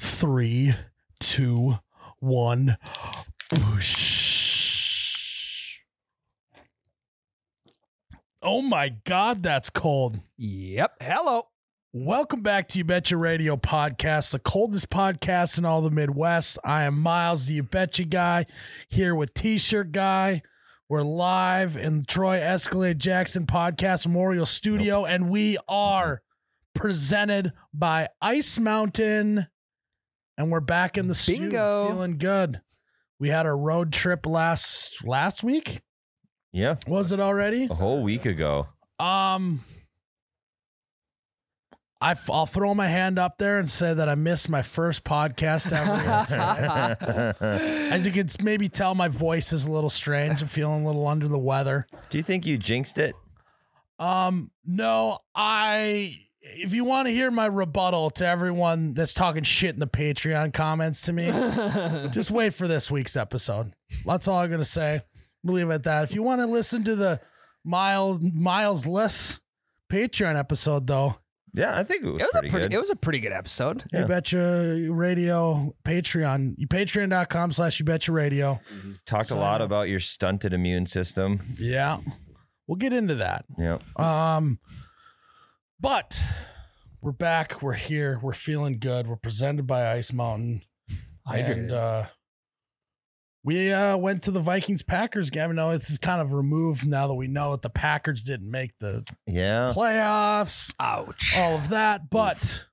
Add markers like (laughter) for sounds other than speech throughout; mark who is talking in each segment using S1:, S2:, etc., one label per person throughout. S1: three, two, one. Whoosh. Oh my God, that's cold.
S2: Yep. Hello.
S1: Welcome back to You Betcha Radio Podcast, the coldest podcast in all the Midwest. I am Miles, the You Betcha guy, here with T shirt guy. We're live in the Troy Escalade Jackson Podcast Memorial Studio, and we are presented by Ice Mountain. And we're back in the studio
S2: Bingo.
S1: feeling good. We had a road trip last last week.
S3: Yeah,
S1: Was it already?
S3: a whole week ago.
S1: Um, I f- I'll throw my hand up there and say that I missed my first podcast ever.
S2: (laughs)
S1: As you can s- maybe tell, my voice is a little strange. I'm feeling a little under the weather.
S3: Do you think you jinxed it?
S1: Um, no, I. If you want to hear my rebuttal to everyone that's talking shit in the Patreon comments to me, just wait for this week's episode. That's all I'm gonna say. We'll leave it at that. If you want to listen to the Miles Miles Less Patreon episode, though,
S3: Yeah, I think it was,
S2: it was
S3: pretty,
S2: a pretty
S3: good.
S2: it was a pretty good episode.
S3: Yeah.
S1: You betcha radio Patreon. You patreon.com slash you betcha radio.
S3: Talked a lot about your stunted immune system.
S1: Yeah. We'll get into that.
S3: Yeah,
S1: Um but we're back. We're here. We're feeling good. We're presented by Ice Mountain. And
S2: Hydrated.
S1: uh we uh went to the Vikings Packers game. I know it's kind of removed now that we know that the Packers didn't make the
S3: yeah.
S1: playoffs.
S2: Ouch.
S3: Oh.
S1: all of that. But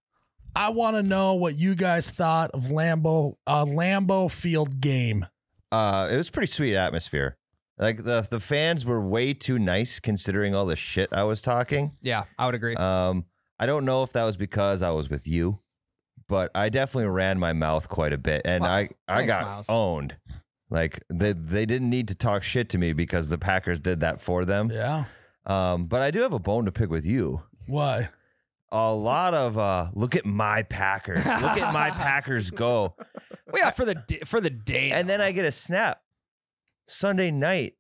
S1: I want to know what you guys thought of Lambeau uh, Lambeau Field game.
S3: Uh, it was pretty sweet atmosphere. Like the the fans were way too nice considering all the shit I was talking.
S2: Yeah, I would agree.
S3: Um, I don't know if that was because I was with you, but I definitely ran my mouth quite a bit, and
S2: Wow.
S3: I I
S2: Thanks,
S3: got
S2: Miles.
S3: owned. Like they they didn't need to talk shit to me because the Packers did that for them.
S1: Yeah.
S3: Um, but I do have a bone to pick with you.
S1: Why?
S3: a lot of uh look at my packers look at my packers go
S2: well, yeah, for the di- for the day.
S3: and then i get a snap sunday night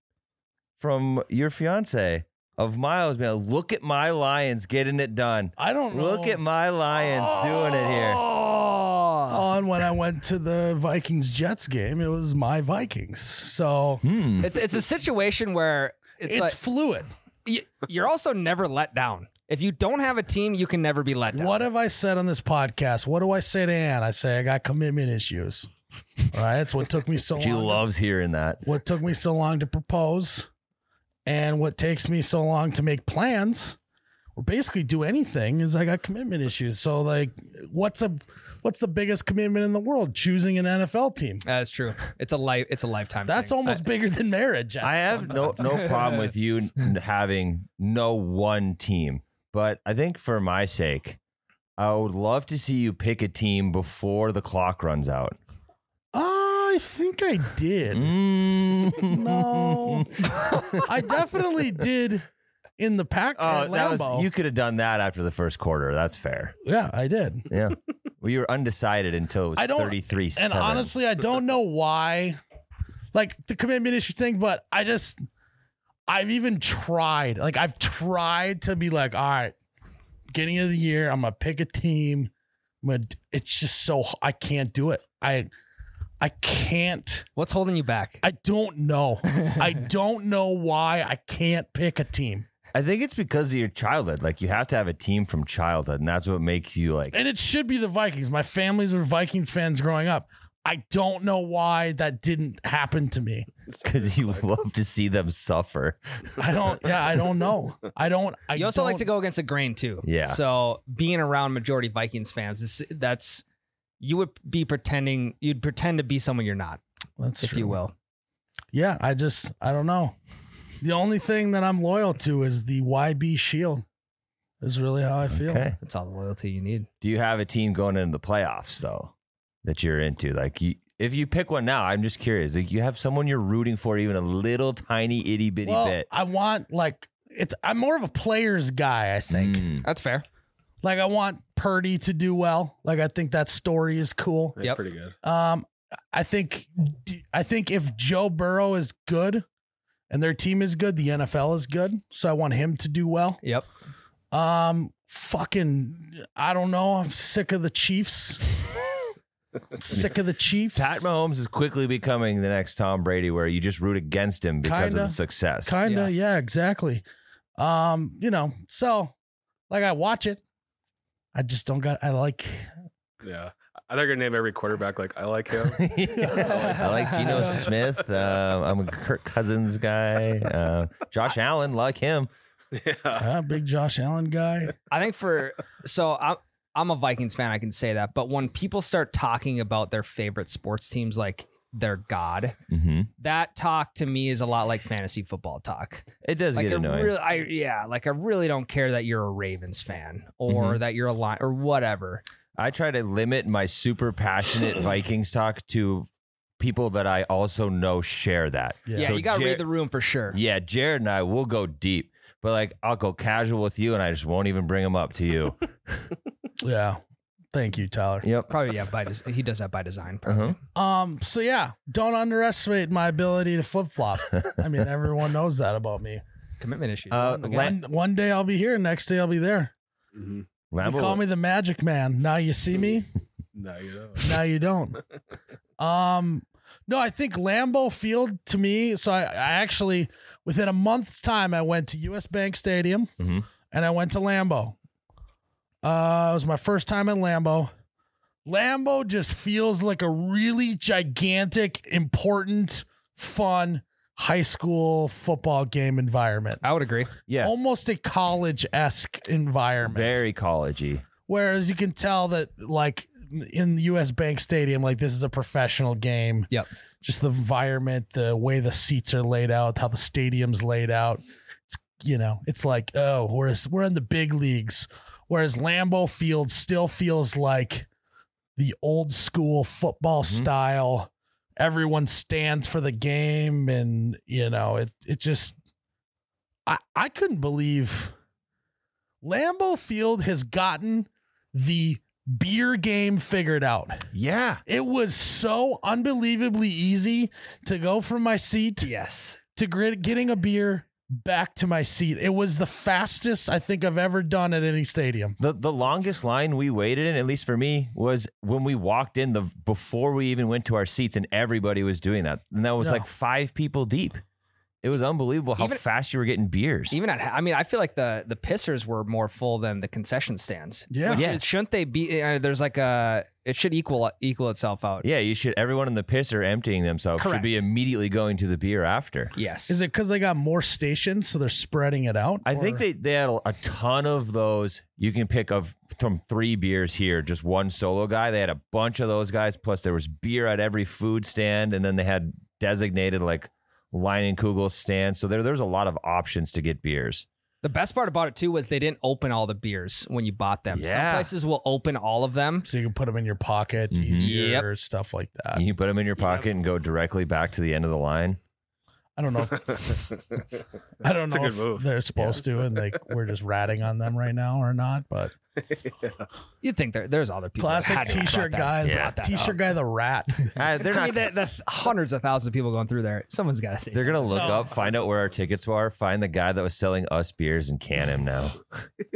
S3: from your fiance of miles being like, look at my lions getting it done
S1: I don't know.
S3: look at my lions doing it here Um,
S2: Oh.
S1: on when I went to the Vikings Jets game, it was my Vikings. So
S3: hmm
S2: It's it's a situation where it's,
S1: it's,
S2: like
S1: fluid.
S2: y- you're also never let down. If you don't have a team, you can never be let down.
S1: What have I said on this podcast? What do I say to Ann? I say I got commitment issues. All right. That's what took me so
S3: (laughs) she
S1: long. to-
S3: loves hearing that
S1: what took me so long to propose and what takes me so long to make plans or basically do anything is I got commitment issues. So like what's a what's the biggest commitment in the world? Choosing an NFL team.
S2: That's true. It's a life. It's a lifetime.
S1: That's
S2: thing.
S1: almost bigger than marriage.
S3: i have no no problem with you n- having no one team but i think for my sake i would love to see you pick a team before the clock runs out
S1: Ah, I think I did. (laughs)
S3: Mm. (laughs)
S1: no. I definitely did in the pack
S3: Oh,
S1: at
S3: that
S1: Lambeau.
S3: was, you could have done that after the first quarter. That's fair.
S1: yeah, I did. (laughs)
S3: Yeah. well, you were undecided until it was
S1: I don't-
S3: 33
S1: And honestly, I don't know why, like the commitment issue thing, but I just, I've even tried, like, I've tried to be like, all right, beginning of the year, I'm going to pick a team. I'm gonna, d- it's just so, h- I can't do it. I, I can't,
S2: What's holding you back?
S1: I don't know. I don't know why I can't pick a team.
S3: I think it's because of your childhood. Like, you have to have a team from childhood, and that's what makes you like.
S1: And it should be the Vikings. My families were Vikings fans growing up. I don't know why that didn't happen to me.
S3: (laughs) Because
S1: (laughs)
S3: you love to see them suffer.
S1: I don't. Yeah, I don't know. I don't. I
S2: you also
S1: don't,
S2: like to go against the grain too.
S3: Yeah.
S2: So being around majority Vikings fans is that's you would be pretending you'd pretend to be someone you're not,
S1: That's
S2: if you will.
S1: Yeah, I just I don't know. The only thing that I'm loyal to is the YB Shield. Is really how I feel.
S3: Okay.
S2: That's all the loyalty you need.
S3: Do you have a team going into the playoffs, though, that you're into? Like, you, if you pick one now, I'm just curious. Like, you have someone you're rooting for, even a little tiny itty bitty
S1: Well,
S3: bit.
S1: I want like it's. I'm more of a players guy. I think.
S3: Mm.
S2: That's fair.
S1: Like I want Purdy to do well. Like I think that story is cool.
S4: That's
S2: Yep.
S4: pretty good.
S1: Um, I think I think if Joe Burrow is good, and their team is good, the NFL is good. So I want him to do well.
S2: Yep.
S1: Um, fucking, I don't know. I'm sick of the Chiefs. Sick of the Chiefs.
S3: Pat Mahomes is quickly becoming the next Tom Brady, where you just root against him because
S1: Kinda.
S3: of the success. (laughs)
S1: Kinda, yeah. exactly. Um, you know, so like I watch it. I just don't got I like
S4: Yeah. I think I name every quarterback like I like him.
S3: I like Geno Smith. Uh, I'm a Kirk Cousins guy. Uh, Josh Allen, like him.
S4: (laughs)
S1: (laughs)
S4: yeah.
S1: uh, big Josh Allen guy.
S2: I think for (laughs) so I'm I'm a Vikings fan. I can say that. But when people start talking about their favorite sports teams, like their god,
S3: hmm
S2: that talk to me is a lot like fantasy football talk.
S3: It does
S2: like
S3: get
S2: I
S3: annoying.
S2: really, I yeah, like I really don't care that you're a Ravens fan or
S3: Mm-hmm.
S2: that you're a Lion or whatever.
S3: I try to limit my
S1: (clears throat)
S3: super passionate Vikings talk to people that I also know share that.
S1: Yeah.
S2: Yeah,
S3: So
S2: you got to
S3: Jer-
S2: read the room for sure.
S3: Yeah, Jared and I will go deep, but like I'll go casual with you, and I just won't even bring them up to you.
S1: Yeah. Thank you, Tyler.
S3: (laughs) yep.
S2: Probably yeah, by des- he does that by design. Probably.
S3: Uh-huh.
S1: Um, so yeah, don't underestimate my ability to flip flop. I
S3: (laughs)
S1: mean, everyone knows that about me.
S2: Commitment issues.
S3: Uh,
S2: Okay.
S3: Len-
S1: One, one day I'll be here, next day I'll be there.
S4: Mhm.
S1: They
S3: Lambo-
S1: call me the magic man. Now you see me,
S4: No, you know.
S1: now you don't. Um no, I think Lambeau Field to me, so I, I actually within a month's time I went to US Bank Stadium.
S3: Mhm.
S1: and I went to Lambo. Uh, it was my first time in Lambo. Lambo just feels like a really gigantic, important, fun high school football game environment.
S2: I would agree.
S3: Yeah,
S1: Almost a college esque environment.
S3: very collegey.
S1: Whereas you can tell that, like in the U.S. Bank Stadium, like this is a professional game.
S2: Yep.
S1: Just the environment, the way the seats are laid out, how the stadium's laid out. It's you know, it's like oh, we're we're in the big leagues. Whereas Lambeau Field still feels like the old school football
S3: Mhm.
S1: style. Everyone stands for the game, and you know it. It just, I I couldn't believe Lambeau Field has gotten the beer game figured out.
S3: Yeah,
S1: It was so unbelievably easy to go from my seat
S2: Yes.
S1: to gr- getting a beer back to my seat. It was the fastest I think I've ever done at any stadium.
S3: the the longest line we waited in, at least for me, was when we walked in the before we even went to our seats, and everybody was doing that, and that was
S1: No.
S3: like five people deep. It was unbelievable how
S2: Even-
S3: fast you were getting beers.
S2: Even at I mean I feel like the the pissers were more full than the concession stands.
S1: Yeah.
S2: Which
S3: Yeah.
S2: it- shouldn't they be? Uh, there's like a it should equal equal itself out.
S3: yeah, you should. Everyone in the piss are emptying themselves. Should be
S2: Correct.
S3: immediately going to the beer after.
S2: Yes.
S1: Is it because they got more stations, so they're spreading it out?
S3: I think
S1: Or-
S3: they, they had a ton of those. You can pick of from three beers here, just one solo guy. They had a bunch of those guys. Plus, there was beer at every food stand, and then they had designated like Line and Kugel stands. So there, there was a lot of options to get beers.
S2: the best part about it too was they didn't open all the beers when you bought them. Some
S3: Yeah.
S2: places will open all of them.
S1: so you can put them in your pocket
S3: Mhm.
S1: easier,
S2: Mm-hmm. Yep.
S1: stuff like that.
S2: Uh,
S3: You can put them in your pocket and go directly back to the end of the line.
S1: I don't know.
S4: (laughs)
S1: If, I don't
S4: It's a
S1: know
S4: good
S1: if
S4: move.
S1: they're supposed to, and like we're just ratting on them right now or not. But
S2: You'd think there, there's other people. that
S1: classic
S2: had to have
S1: t-shirt
S2: brought that-
S1: guy,
S3: Yeah.
S2: brought that
S1: t-shirt
S2: up.
S1: guy, the rat.
S3: Uh,
S2: (laughs)
S3: they're
S2: I
S3: not.
S2: mean, the, the hundreds of thousands of people going through there. Someone's got to say.
S3: They're
S2: something. (laughs)
S3: gonna look
S1: No.
S3: up, find out where our tickets are, find the guy that was selling us beers, and can him now.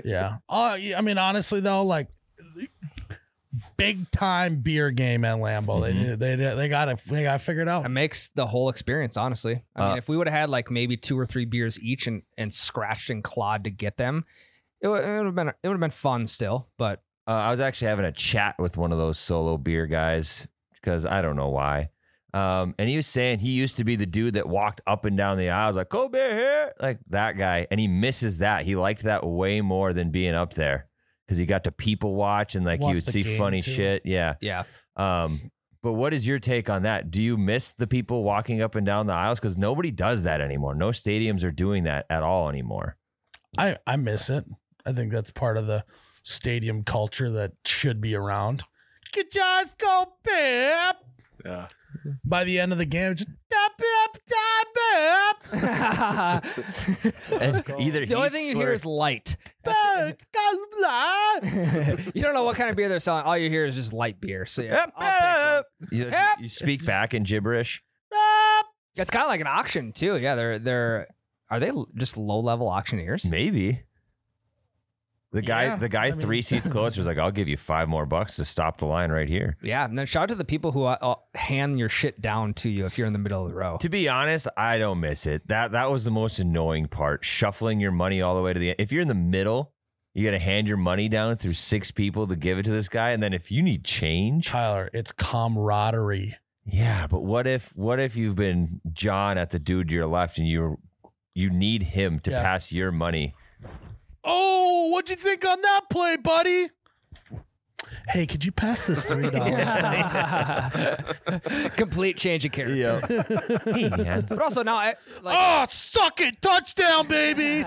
S1: yeah. Oh, yeah, I mean, honestly though, like big time beer game at Lambeau. They they they got it. They got it figured out.
S2: It makes the whole experience, honestly. I
S3: Uh,
S2: mean, if we would have had like maybe two or three beers each and, and scratched and clawed to get them, it would have been it would have been fun still. But
S3: Uh, I was actually having a chat with one of those solo beer guys because I don't know why. Um, and he was saying he used to be the dude that walked up and down the aisles like cold beer here, like that guy. And he misses that. He liked that way more than being up there because he got to people watch and like
S1: Watch
S3: he would
S1: the
S3: see
S1: game,
S3: funny
S1: too.
S3: shit. Yeah.
S2: yeah,
S3: Um, but what is your take on that? Do you miss the people walking up and down the aisles? Because nobody does that anymore. No stadiums are doing that at all anymore.
S1: I I miss it. I think that's part of the stadium culture that should be around. Get your eyes go, Pip.
S4: yeah.
S1: By the end of the game, it's just, da, pip, da, pip.
S2: (laughs)
S3: And (laughs) either
S2: the only
S3: he's
S2: thing you hear
S3: slurring-
S2: is light.
S1: Big Cobra.
S2: (laughs) you don't know what kind of beer they're selling. All you hear is just light beer. So yeah,
S3: Yep,
S2: I'll pick one.
S3: You,
S2: Yep.
S3: you speak back in gibberish.
S2: it's kind of like an auction too. Yeah, they're they're are they l- just low level auctioneers?
S3: Maybe. The guy,
S1: Yeah,
S3: the guy,
S1: I mean- (laughs)
S3: three seats closer is like, "I'll give you five more bucks to stop the line right here."
S2: Yeah, and then shout out to the people who uh, uh, hand your shit down to you if you're in the middle of the row.
S3: To be honest, I don't miss it. That that was the most annoying part. Shuffling your money all the way to the end. If you're in the middle, you got to hand your money down through six people to give it to this guy, and then if you need change,
S1: Tyler, it's camaraderie.
S3: yeah. But what if what if you've been John at the dude to your left, and you you need him to
S1: Yeah.
S3: pass
S1: (laughs)
S3: your money?
S1: Oh, what'd you think on that play, buddy? Hey, could you pass this three (laughs) dollars?
S3: (laughs)
S2: Complete change of character.
S3: hey man,
S2: But also now, I, like,
S1: oh, suck it, touchdown, baby!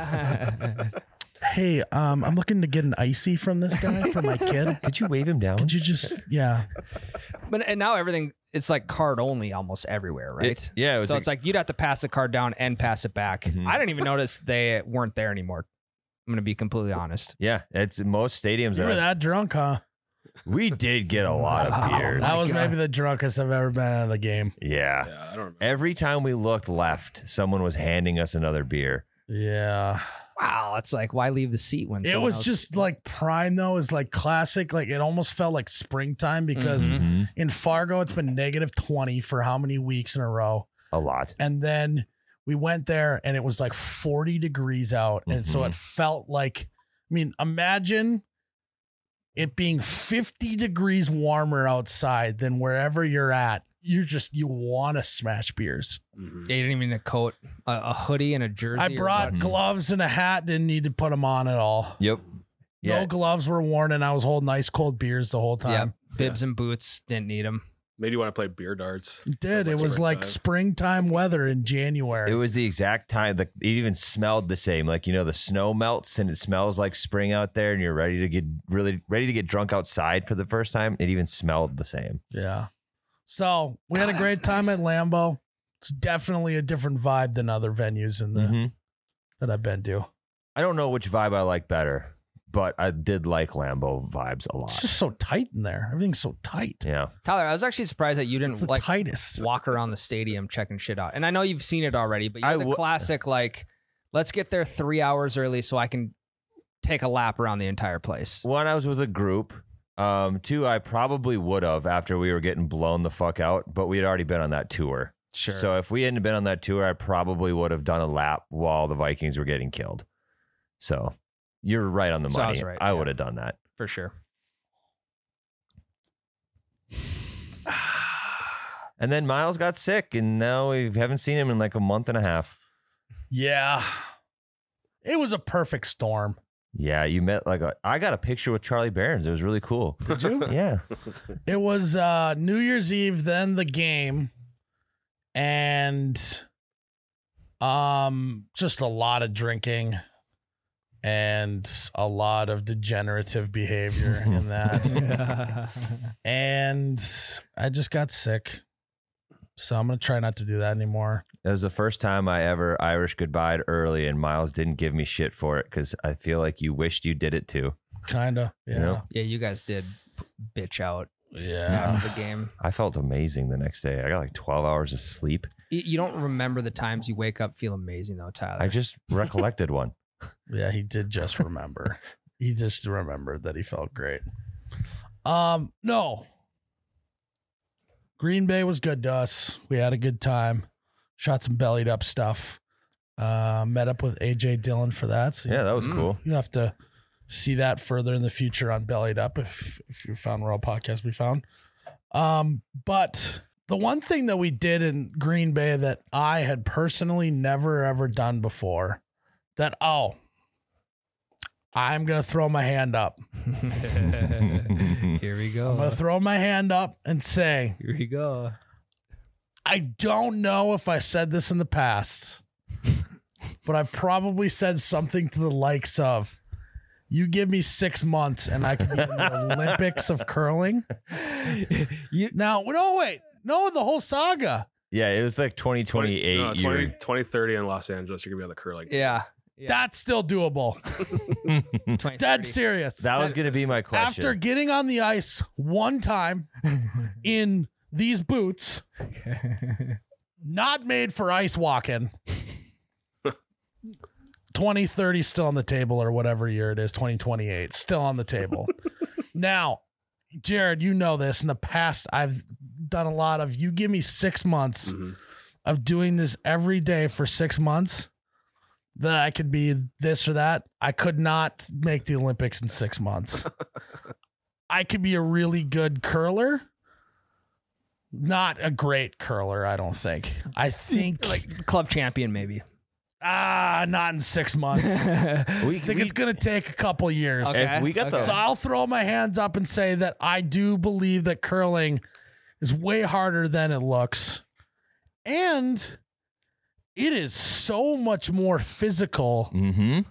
S1: hey, um, I'm looking to get an icy from this guy for my (laughs) kid.
S3: could you wave him down?
S1: Could you just, yeah,
S2: (laughs) but and now everything it's like card only almost everywhere, right?
S3: It- yeah, it was
S2: so
S3: like-
S2: it's like you'd have to pass the card down and pass it back.
S3: Mhm.
S2: I didn't even notice they weren't there anymore. I'm gonna be completely honest.
S3: yeah, it's most stadiums.
S1: you
S3: are-
S1: were that drunk, huh?
S3: We did get a lot of
S2: Wow.
S3: beers.
S1: That was
S2: God.
S1: maybe the drunkest I've ever been at a game.
S3: Yeah.
S4: Yeah, I don't remember.
S3: Every time we looked left, someone was handing us another beer.
S1: Yeah.
S2: Wow, it's like why leave the seat when
S1: It
S2: someone
S1: was
S2: else-
S1: just like prime though, is like classic. Like it almost felt like springtime because
S2: Mhm.
S1: in Fargo it's been negative 20 for how many weeks in a row.
S3: A lot.
S1: And then we went there and it was like 40 degrees out. And so
S3: Mhm.
S1: it felt like I mean, imagine it being 50 degrees warmer outside than wherever you're at. You're just you want to smash beers.
S4: Mhm.
S2: They didn't even need a coat, a, a hoodie, and a jersey.
S1: I
S2: or
S1: brought
S3: what?
S1: gloves and a hat, didn't need to put them on at all.
S3: Yep. Yeah.
S1: No gloves were worn, and I was holding ice cold beers the whole
S2: what- yeah,
S1: time.
S2: bibs and boots. Didn't need them.
S4: Made you want to play beer darts.
S1: It Did
S4: Sounds like
S1: it was like
S4: springtime.
S1: springtime weather in
S3: It
S1: January?
S3: was the exact time. Like it even smelled the same. Like you know, the snow melts and it smells like spring out there, and you're ready to get really ready to get drunk outside for the first time. It even smelled the same.
S1: yeah. So we
S2: God,
S1: had a
S2: that
S1: great
S2: was
S1: time
S2: nice.
S1: at Lambeau. It's definitely a different vibe than other venues in the
S2: Mm-hmm.
S3: Mhm.
S1: that I've been to.
S3: I don't know which vibe I like better, but I did like Lambo vibes a
S1: It's
S3: lot.
S1: just so tight in there. Everything's so tight.
S3: Yeah.
S2: Tyler, I was actually surprised that you
S1: It's the
S2: didn't like
S1: tightest.
S2: walk around the stadium checking shit out. And I know you've seen it already, but you
S3: I
S2: had the
S3: w-
S2: classic like, let's get there three hours early so I can take a lap around the entire place.
S3: One, I was with a group. Um, two, I probably would have after we were getting blown the fuck out, but we had already been on that tour.
S2: Sure.
S3: So if we hadn't been on that tour, I probably would have done a lap while the Vikings were getting killed. So you're right on the
S2: So I
S3: money.
S2: was
S3: I,
S2: right, yeah.
S3: would have done that.
S2: for
S1: (laughs)
S2: sure. (laughs)
S3: And then Miles got sick, and now we haven't seen him in like a month and a half.
S1: Yeah. It was a perfect storm.
S3: Yeah, you met like a, I got a picture with Charlie Barons. It was
S2: (laughs)
S3: really cool.
S1: Did you?
S3: Yeah,
S1: (laughs) It was uh New Year's Eve, then the game, and um just a lot of drinking and a lot of degenerative behavior in that. and I just got sick. So I'm gonna try not to do that anymore.
S3: it was the first time I ever Irish goodbye early, and Miles didn't give me shit for it because I feel like you wished you did it too.
S1: Kinda. Yeah.
S2: yeah, you guys did bitch out
S1: Yeah.
S2: after the game.
S3: I felt amazing the next day. I got like twelve hours of sleep.
S2: You you don't remember the times you wake up feel amazing though, Tyler.
S1: (laughs)
S3: I (laughs) just recollected one.
S1: Yeah, he did just remember. he just remembered that he felt great. Um, no. Green Bay was good to us. We had a good time. Shot some bellied up stuff. Uh, met up with AJ Dillon for that. So
S3: Yeah, that was
S2: Mm.
S3: cool.
S1: you have to see that further in the future on Bellied Up if if you found Royal Podcast we found. Um, but the one thing that we did in Green Bay that I had personally never ever done before, that oh, I'm gonna throw my hand up.
S2: (laughs) Here we
S1: I'm
S2: go.
S1: gonna throw my hand up and say
S2: Here we go.
S1: I don't know if I said this in the past, but I probably said something to the likes of, "You give me six months and I could be in the Olympics of curling."
S2: You
S1: Now, no, wait, no, the whole saga.
S3: Yeah, it was like 2028
S1: uh,
S4: no, 20
S3: year.
S4: 2030 in Los Angeles, you're going to be on the curling. team.
S2: yeah. yeah.
S1: That's still doable.
S2: 20,
S1: Dead
S2: 30.
S1: serious.
S3: That was going to be my question.
S1: After getting on the ice one time in these boots, not made for ice walking, 2030 still on the table or whatever year it is, 2028 still on the table. now, Jared, you know this. In the past, I've done a lot of you give me six months
S4: Mhm.
S1: of doing this every day for six months that I could be this or that. I could not make the Olympics in six months. I could be a really good curler. Not a great curler, I don't think. I think like
S2: (laughs) (laughs) Like club champion,
S3: (laughs)
S2: maybe.
S1: ah, not in six
S2: (laughs)
S1: months.
S2: okay.
S3: We,
S1: I think
S3: we-
S1: it's gonna take a couple years.
S3: If we got the-
S1: So I'll throw my hands up and say that I do believe that curling is way harder than it looks. And it is so much more physical.
S3: Mhm.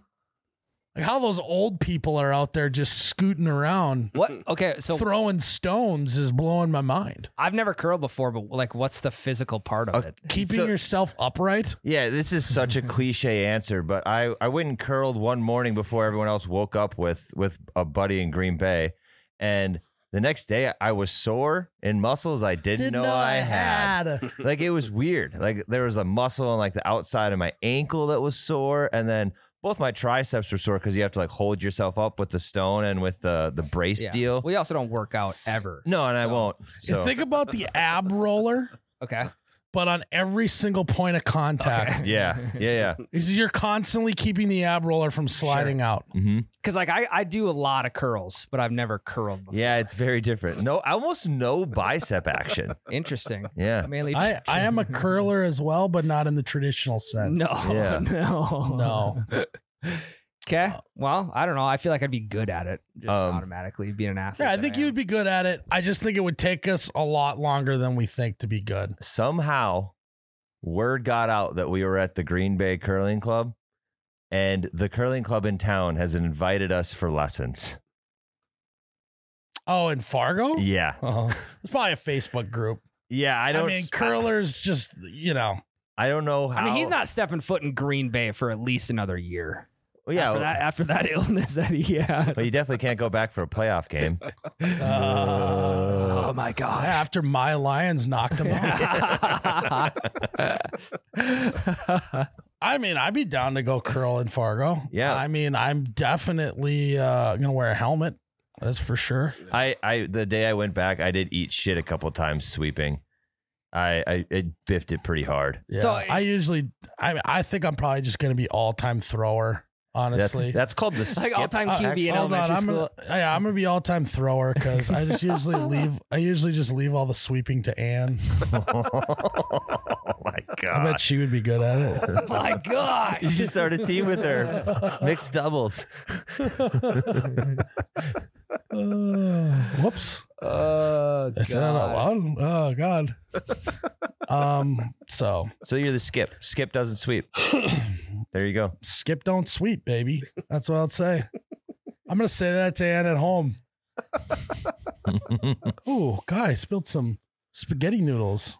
S1: Like how those old people are out there just scooting around,
S2: what? Okay, so
S1: throwing stones is blowing my mind.
S2: I've never curled before, but like, what's the physical part of
S3: Okay.
S2: it?
S1: Uh, Keeping
S3: So-
S1: yourself upright.
S3: Yeah, this is
S1: (laughs)
S3: such a cliche answer, but I, I went and curled one morning before everyone else woke up with with a buddy in Green Bay, and the next day I was sore in muscles I didn't, know, I had. like it was weird. Like there was a muscle on like the outside of my ankle that was sore, and then both my triceps were sore because you have to like hold yourself up with the stone and with the the brace
S2: Yeah.
S3: deal.
S2: We also don't work out ever.
S3: no, and I
S2: So-
S3: won't. So
S1: Think about the ab roller,
S2: Okay.
S1: but on every single point of contact.
S2: Okay.
S3: (laughs)
S2: (laughs)
S3: yeah, yeah, yeah.
S1: Is You're constantly keeping the ab roller from sliding out.
S3: hmm
S2: Because like I, I do a lot of curls, but I've never curled. Before.
S3: Yeah, it's very different. No, almost no bicep action.
S2: Interesting.
S3: Yeah,
S2: Mainly.
S1: I, I am
S2: (laughs)
S1: a curler as well, but not in the traditional sense.
S2: No.
S3: Yeah.
S2: (laughs)
S3: Uh,
S2: No.
S1: No.
S2: Okay. Well, I don't know. I feel like I'd be good at it just
S3: Um,
S2: automatically being an athlete.
S1: Yeah, I
S2: that
S1: think
S2: am.
S1: you would be good at it. I just think it would take us a lot longer than we think to be good.
S3: somehow word got out that we were at the Green Bay Curling Club, and the curling club in town has invited us for lessons.
S1: Oh, in Fargo?
S3: Yeah,
S1: Oh, it's probably a Facebook group.
S3: yeah. I
S1: I,
S3: don't.
S1: mean, curlers just, you know,
S3: I, don't know how.
S2: I mean, he's not stepping foot in Green Bay for at least another year.
S3: Yeah,
S2: After that, after that (laughs) illness that he had.
S3: But you definitely can't go back for a playoff (laughs) game.
S2: oh
S1: uh,
S2: my gosh. (laughs)
S1: after my Lions knocked him
S3: (laughs)
S1: out. I mean, I'd be down to go curl in Fargo.
S3: Yeah.
S1: I mean, I'm definitely uh, going to wear a helmet. That's for sure.
S3: I, I the day I went back, I did eat shit a couple times sweeping. I, I it biffed it pretty hard.
S1: Yeah.
S2: So-
S1: I usually, I I think I'm probably just going to be all time thrower.
S3: That's,
S1: Honestly,
S3: that's called the skip.
S2: like all time
S1: Uh,
S2: QB in elementary
S1: I'm
S2: school.
S1: gonna, yeah, I'm gonna be all time thrower because I just
S2: (laughs)
S1: usually leave. I usually just leave all the sweeping to Anne.
S3: oh my
S1: I
S3: god!
S1: bet she would be good at
S2: (laughs)
S1: it.
S3: (laughs)
S2: my gosh.
S3: You should start a team with her. Mixed doubles.
S1: Uh, whoops,
S2: Oh,
S1: is that out loud? Oh God. Um. So
S3: So you're the skip. Skip doesn't sweep. There you go.
S1: skip, don't sweep, baby. That's what I'll say. I'm gonna say that to Anne at home. Ooh, guy, I spilled some spaghetti noodles.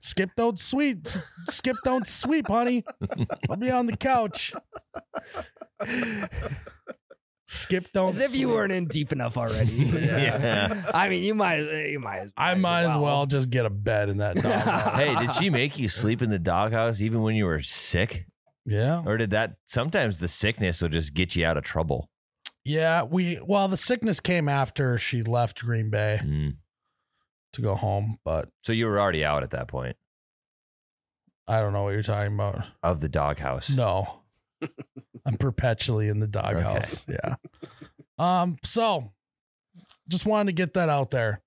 S1: Skip don't sweep. S- Skip don't sweep, honey. I'll be on the couch. Skip don't.
S2: As if you
S1: sweep.
S2: weren't in deep enough already.
S3: (laughs) Yeah.
S2: (laughs) I mean, you might. You might.
S1: I might as (laughs) well just get a bed
S2: (laughs)
S1: in that. dog house.
S3: hey, did she make you sleep in the doghouse even when you were sick,
S1: yeah,
S3: or did that? Sometimes the sickness will just get you out of trouble.
S1: yeah. We well, the sickness came after she left Green Bay
S3: Mm.
S1: to go home, but
S3: So you were already out at that point
S1: I don't know what you're talking about.
S3: of the doghouse.
S1: No. I'm perpetually in the doghouse. Yeah. Um, so just wanted to get that out there.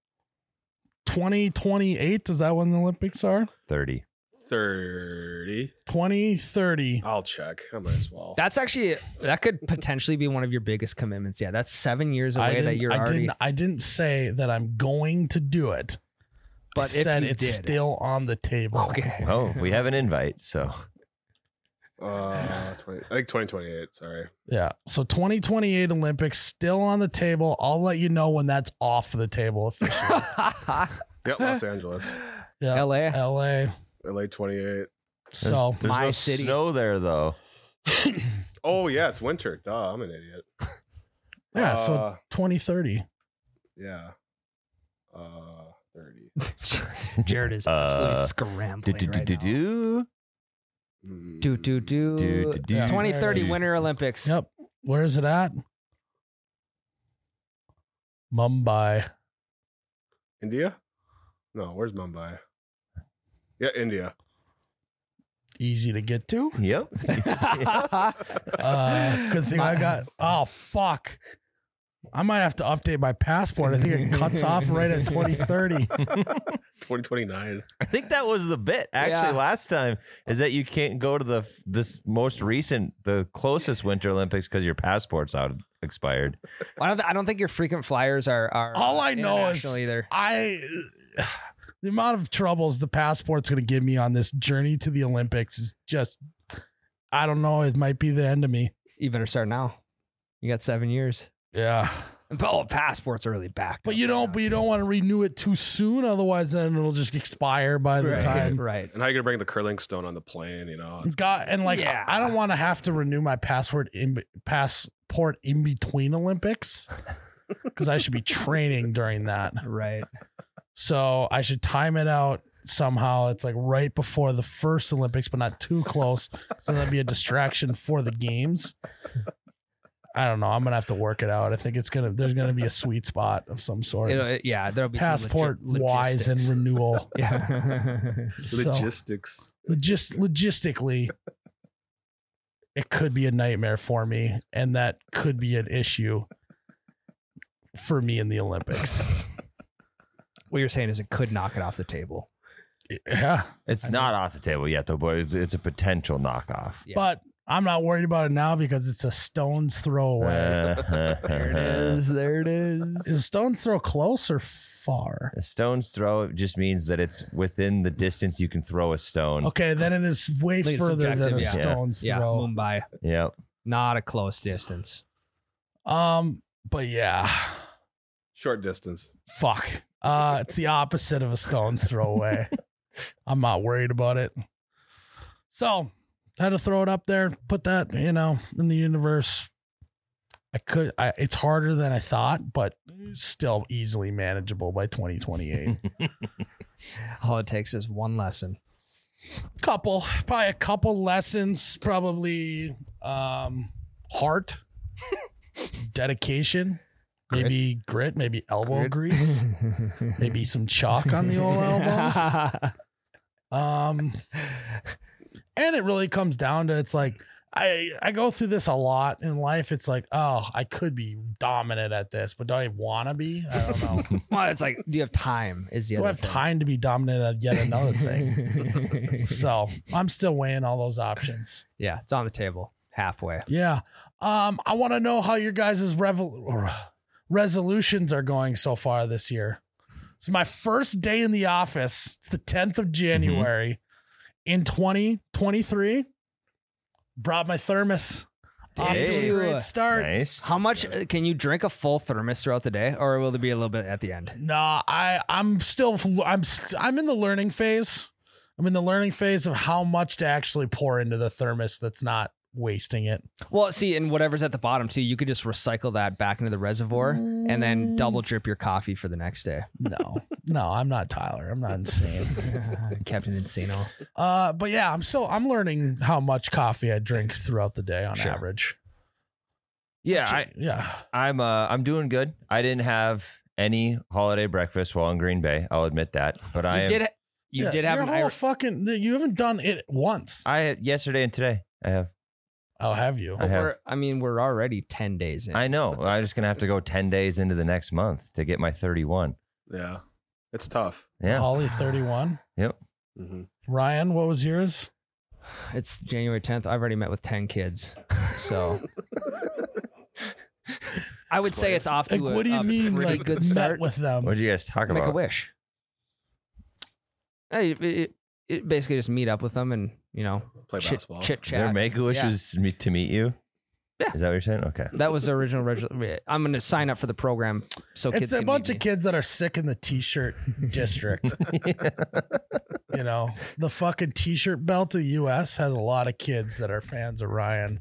S1: 2028, is that when the Olympics are?
S3: Thirty.
S4: Thirty.
S2: Oh,
S1: 2030.
S4: I'll check. I might as well.
S2: That's actually that could potentially be one of your biggest commitments. Yeah, that's seven years
S1: I
S2: away that
S1: didn't-
S2: you're
S1: I
S2: already.
S1: didn't I didn't say that I'm going to do it.
S2: But
S1: I
S2: if
S1: said
S2: you
S1: it's
S2: did.
S1: still on the table.
S3: (laughs)
S2: Okay. (laughs)
S3: Oh, we have an invite. So
S4: uh, 20, I think twenty twenty eight. Sorry.
S1: Yeah. So 2028 Olympics still on the table. I'll let you know when that's off the table
S2: (laughs)
S1: officially. (laughs)
S4: Yep, Los Angeles,
S1: yeah.
S2: L.A.
S1: LA.
S4: LA twenty eight.
S1: So
S3: there's
S2: My
S3: no
S2: city.
S3: snow there though.
S1: (clears throat)
S4: Oh yeah, it's winter. Duh, I'm an idiot.
S1: yeah, so
S4: Uh,
S1: 2030.
S4: yeah. Uh, thirty.
S2: Jared is
S3: Uh,
S2: absolutely
S3: do, do,
S2: scrambling
S3: do,
S2: right
S3: do,
S2: now.
S3: do.
S4: Mm-hmm.
S2: Do do do.
S3: Do, do, do.
S1: Yeah.
S2: 2030
S1: There it is.
S2: Winter Olympics. (laughs)
S1: Yep. Where is it at? Mumbai.
S4: India? No, where's Mumbai? Yeah, India.
S1: Easy to get to.
S3: Yep.
S1: Uh, good thing I
S2: (laughs) My-
S1: got. Oh fuck! I might have to update my passport. I think it cuts off right at
S2: (laughs)
S1: 2030.
S4: 2029.
S3: I think that was the bit
S2: (laughs)
S3: actually
S2: Yeah.
S3: last time is that you can't go to the this most recent the closest Winter Olympics because your passport's out expired.
S2: I don't. I don't think your frequent flyers are. are
S1: All
S2: uh,
S1: I know is-
S2: international either.
S1: I. The amount of troubles the passport's going to give me on this journey to the Olympics is just. I don't know. It might be the end of me.
S2: You better start now. You got seven years.
S1: Yeah,
S2: But, oh, passports are really back.
S1: but you don't.
S2: (laughs)
S1: But you don't want to renew it too soon, otherwise, then it'll just expire by the
S2: right,
S1: time.
S2: Right.
S4: And how you gonna bring the curling stone on the plane? You know, it's
S1: God, and like
S2: Yeah.
S1: I don't want to have to renew my passport in passport in between Olympics because I should be training during that.
S2: Right.
S1: So I should time it out somehow. It's like right before the first Olympics, but not too close. So that'd be a distraction for the games. I don't know. I'm gonna have to work it out. I think it's gonna there's gonna be a sweet spot of some sort.
S2: It'll- yeah. There'll be some logi-
S1: passport wise and
S2: logistics.
S1: renewal.
S2: (laughs) yeah.
S1: (laughs) So-
S4: logistics.
S1: logis- logistically it could be a nightmare for me and that could be an issue for me in the
S2: (laughs)
S1: olympics
S2: what you're saying is it could knock it off the table.
S1: yeah,
S3: It's not off the table yet though, but it's, it's a potential knockoff.
S2: Yeah.
S1: but i'm not worried about it now because it's a stone's throw
S2: Uh,
S1: away
S2: (laughs) There it
S3: Uh,
S2: is. There it is.
S1: is a stone's throw close or far
S3: (laughs) a stone's throw just means that it's within the distance you can throw a stone.
S1: okay then it is way
S2: Hmm. I think it's
S1: further than a
S2: subjective,
S3: yeah.
S1: stone's
S2: Yeah.
S1: throw
S2: Mumbai.
S3: Yep.
S2: Not a close distance.
S1: um but yeah
S4: Short distance.
S1: fuck uh it's the opposite of a stone's throw away i'm not worried about it so had to throw it up there put that you know in the universe i could I, it's harder than i thought but still easily manageable by 2028
S2: All it takes is one lesson.
S1: couple probably a couple lessons probably um heart dedication maybe grit maybe elbow
S2: Grit. (laughs)
S1: grease maybe some chalk on the old elbows Um, and it really comes down to it's like I I go through this a lot in life. It's like oh, I could be dominant at this, but do I want to be? I don't know.
S2: well, it's like, do you have time? Is the
S1: do I have time to be dominant at yet another
S2: (laughs)
S1: thing? (laughs)
S2: thing.
S1: so I'm still weighing all those options.
S2: (laughs) yeah, it's on the table halfway.
S1: Yeah. Um, I want to know how your guys' revel- or, uh, resolutions are going so far this year. It's my first day in the office. It's the 10th of January in 2023. Brought my thermos. Off to a
S3: Hey.
S1: great start.
S3: Nice.
S2: How much uh, can you drink a full thermos throughout the day, or will there be a little bit at the end?
S1: No, I I'm still I'm st- I'm in the learning phase. I'm in the learning phase of how much to actually pour into the thermos that's not wasting it.
S2: Well, see, and whatever's at the bottom too, you could just recycle that back into the reservoir and
S1: Mm.
S2: then double drip your coffee for the next
S3: (laughs)
S2: day. (laughs)
S1: No, (laughs) no, I'm not Tyler. I'm not insane.
S2: Captain Insano.
S1: Uh, but yeah, I'm still I'm learning how much coffee I drink throughout the day on
S2: Sure.
S1: average.
S3: Yeah, I,
S1: yeah,
S3: I'm uh I'm doing good. I didn't have any holiday breakfast while in Green Bay. I'll admit that. But I
S2: You
S3: am,
S2: did. ha- You
S1: Yeah,
S2: did have
S1: your
S2: an
S1: whole
S2: Irish.
S1: fucking. You haven't done it once.
S3: I yesterday and today I have.
S1: I'll have you.
S3: I have.
S2: We're, I mean, we're already ten days in.
S3: I know. I'm just gonna have to go ten days into the next month to get my 31.
S4: Yeah, it's tough.
S2: Um,
S3: Yeah.
S1: Holly, thirty-one.
S4: hmm
S1: Ryan, what was yours?
S2: It's January 10th. I've already met with 10 kids. So
S1: (laughs)
S2: I would say it's off to
S1: Like,
S2: a,
S1: what do you
S2: a
S1: mean?
S2: pretty
S1: Like,
S2: good
S1: met
S2: start.
S1: with them.
S3: What did you guys talk
S2: Make a
S3: about?
S2: wish. Hey, it, it- it basically just meet up with them and, you know,
S4: Play
S2: chit,
S4: basketball.
S2: chit
S3: Their
S2: chat.
S3: make a wish was me to meet you.
S2: Yeah.
S3: Is that what you're saying? Okay.
S2: that was the original. reg- I'm going to sign up for the program so kids
S1: it's a
S2: can
S1: bunch
S2: meet
S1: of kids that are sick in the t-shirt district.
S2: (laughs)
S1: You know, the fucking t-shirt belt of the U.S. has a lot of kids that are fans of Ryan.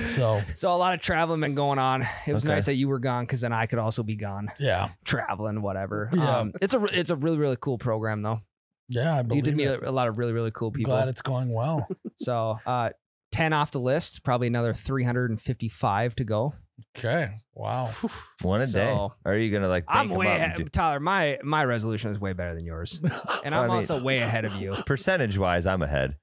S1: So
S2: me. (laughs) So a lot of traveling been going on. It was
S3: Okay.
S2: nice that you were gone because then I could also be gone
S1: yeah,
S2: traveling, whatever.
S1: Yeah.
S2: Um, it's a re- it's a really really cool program though.
S1: yeah, I
S2: You
S1: believe
S2: did meet
S1: it.
S2: a, a lot of really really cool people.
S1: Glad it's going well.
S2: So uh, 10 off the list, probably another 355 to go.
S1: Okay. Wow. (laughs)
S3: One a day.
S2: So-
S3: Are you gonna like? Bank
S2: I'm
S3: them
S2: way
S3: up and
S2: ahead,
S3: do-
S2: Tyler. My my resolution is way better than
S4: (laughs)
S2: yours, and
S3: I
S2: I'm
S3: mean-
S2: also way ahead of you. (laughs)
S3: percentage wise, I'm ahead.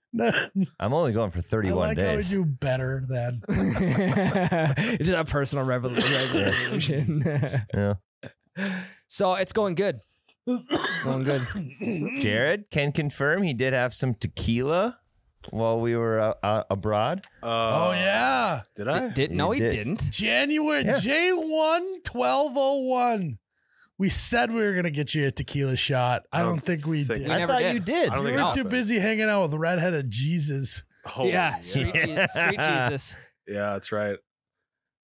S3: I'm only going for
S1: I
S3: 31
S1: like
S3: days.
S1: how we do better than
S2: it's just a personal
S4: (laughs)
S2: revel- resolution. (laughs)
S3: Yeah.
S2: so it's going good. Going
S4: (laughs)
S2: good. Mm.
S3: Jared can confirm he did have some tequila while we were uh, uh, abroad.
S4: Uh,
S1: oh yeah.
S4: Did I?
S2: Did, did no,
S3: You
S2: he
S3: did.
S2: did. not
S1: January
S3: Yeah.
S1: J1 1201. We said we were gonna get you a tequila shot. I don't think we
S4: think-
S1: did.
S2: We
S3: I
S2: never
S3: thought
S2: did.
S3: you did.
S4: I don't
S1: we
S4: think
S1: were
S4: it
S1: too
S4: happened.
S1: busy hanging out with redheaded Jesus.
S4: Holy
S2: yeah,
S4: shit.
S2: sweet,
S3: yeah.
S4: (laughs)
S2: Jesus, sweet Jesus.
S4: Yeah, that's right.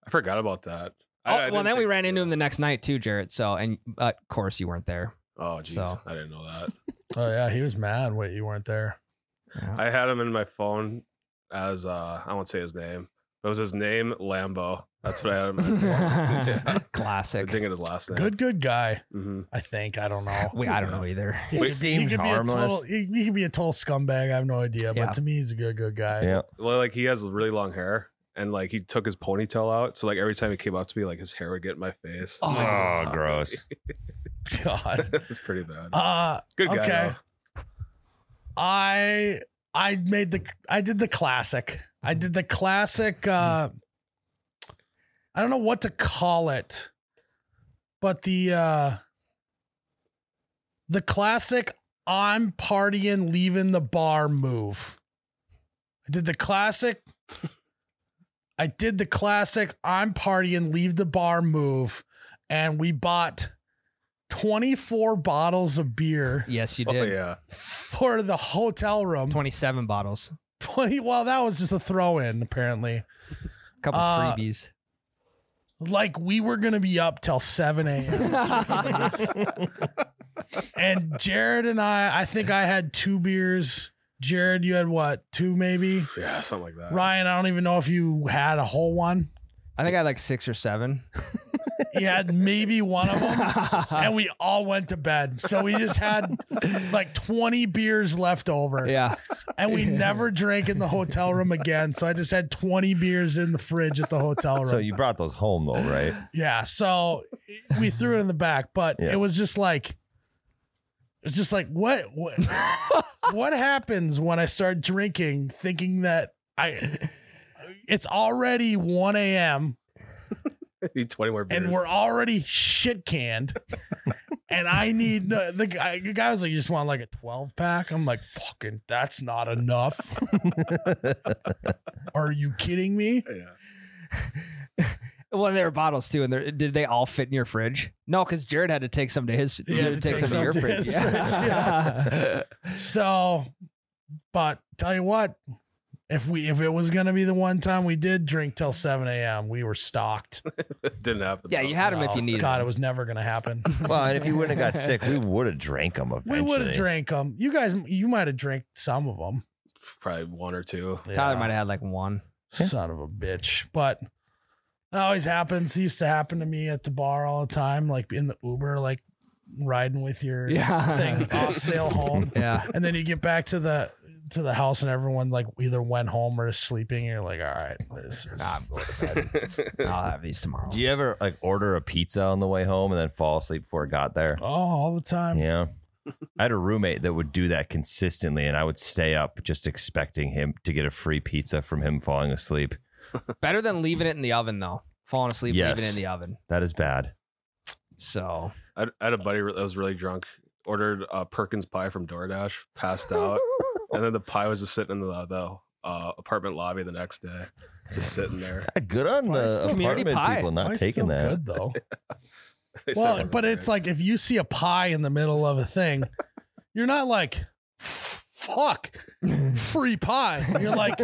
S4: I forgot about that. I-
S2: Oh,
S4: I
S2: well,
S4: didn't
S2: then we
S4: think-
S2: ran into him the next night too, Jarrett. So, and uh, of course you weren't there.
S4: Oh, jeez,
S2: so.
S4: I didn't know that.
S1: Oh yeah, he was mad. Wait, you weren't there.
S2: Yeah.
S4: I had him in my phone as uh, I won't say his name. It was his name Lambo. That's what I had
S2: (laughs)
S4: him. In my phone. (laughs) (laughs) yeah. I
S2: Classic.
S4: think it his last name.
S1: Good, good guy.
S4: hmm
S1: I think. I don't know.
S2: Wait, I don't know
S4: (laughs)
S2: either.
S1: He could-
S3: Wait,
S1: he
S3: seems
S1: could be a
S3: harmless.
S1: total. He, he could be a total scumbag. I have no idea,
S2: Yeah.
S1: but to me, he's a good, good guy.
S3: Yeah.
S4: Like he has really long hair, and like he took his ponytail out. So like every time he came up to me, like his hair would get in my face.
S2: Oh,
S4: Like, he was
S3: oh,
S4: talking.
S3: gross.
S1: (laughs) God.
S4: (laughs) it's pretty bad.
S1: Uh,
S4: Good guy.
S1: okay. I I made the I did the classic. I did the classic. Uh, I don't know what to call it, but the uh, the classic. I'm partying, leaving the bar move. I did the classic. I did the classic. I'm partying, leave the bar move, and we bought twenty four bottles of beer (laughs)
S2: Yes, you
S4: though.
S2: did.
S4: Oh yeah.
S1: for the hotel room. 20,
S2: 27 bottles,
S1: well, that was just a throw in, apparently.
S2: a couple
S1: Uh,
S4: (laughs)
S2: freebies. (laughs)
S1: Like we were gonna be up till 7
S2: (laughs)
S1: a.m. and Jared and I, I think I had two beers. Jared, you had what? Two maybe?
S4: Yeah, something like that. (laughs)
S1: Ryan, I don't even know if you had a whole one.
S2: I think I had like six or seven.
S1: You had maybe one of them.
S2: yeah.
S1: And we all went to bed. So we just had like 20 beers left over. And we never drank in the hotel room again. So I just had 20 beers in the fridge at the hotel room.
S3: So you brought those home though,
S1: (laughs)
S3: right?
S1: Yeah, so we threw it in the back, but
S3: Yeah.
S1: it was just like it's just like what what what happens when I start drinking thinking that I it's already 1 a.m.
S4: Need twenty more beers.
S1: and we're already shit canned. And I need no, the guy. The guy was like, "You just want like a twelve pack?" I'm like, "Fucking, that's not enough." Are you kidding me?
S4: (laughs) yeah.
S2: Well, there were bottles too, and they're- did they all fit in your fridge? No, because Jared had to take some to his.
S1: Yeah,
S2: you had
S1: to
S2: to take
S1: take
S2: some to your
S1: some to
S2: fridge.
S1: his
S2: yeah.
S1: So, but tell you what, if we if it was gonna be the one time we did drink till seven a.m., we were stocked.
S4: Didn't happen.
S2: Yeah,
S4: though.
S2: you had them if you
S1: Well,
S2: needed.
S1: God, it
S2: them.
S1: was never gonna
S2: (laughs)
S1: happen.
S3: Well, and if you wouldn't have got sick, we would have drank them
S1: we
S3: eventually.
S1: would have drank them. You guys, you might have drank some of them.
S4: (laughs) probably one or two.
S2: (laughs)
S4: (laughs)
S2: Tyler might have had like one.
S3: Yeah.
S1: son of a bitch. But that always happens. It used to happen to me at the bar all the time, like in the Uber, like riding with your
S2: Yeah. (laughs)
S1: thing off sale home,
S2: Yeah.
S1: and then you get back to the to the house and everyone like either went home or is sleeping. And you're like, all right, this is.
S2: Nah, I'm going to bed. (laughs) I'll have these tomorrow.
S3: Do you ever like order a pizza on the way home and then fall asleep before it got there?
S1: Oh, all the time.
S3: Yeah.
S1: (laughs)
S3: I had a roommate that would do that consistently, and I would stay up just expecting him to get a free pizza from him falling asleep.
S2: Better than leaving it in the oven though. Falling asleep,
S3: Yes.
S2: leaving it in the oven.
S3: That is
S1: (laughs)
S3: bad.
S2: So
S4: I I had a buddy that was really drunk, ordered uh, Perkins pie from DoorDash,
S1: (laughs)
S4: passed out, and then the pie was just sitting in the, the uh, apartment lobby the next day, just sitting there.
S3: (laughs)
S4: (laughs)
S3: Good on
S1: Why
S3: the
S1: still-
S2: Community
S3: apartment
S2: pie.
S3: people
S1: Why
S3: not
S1: it's
S3: taking
S1: still
S3: that.
S1: Good though.
S4: They sent
S1: well,
S4: one
S1: but
S4: back.
S1: it's like if you see a pie in the middle of a thing, you're not like, fuck, free pie. You're like,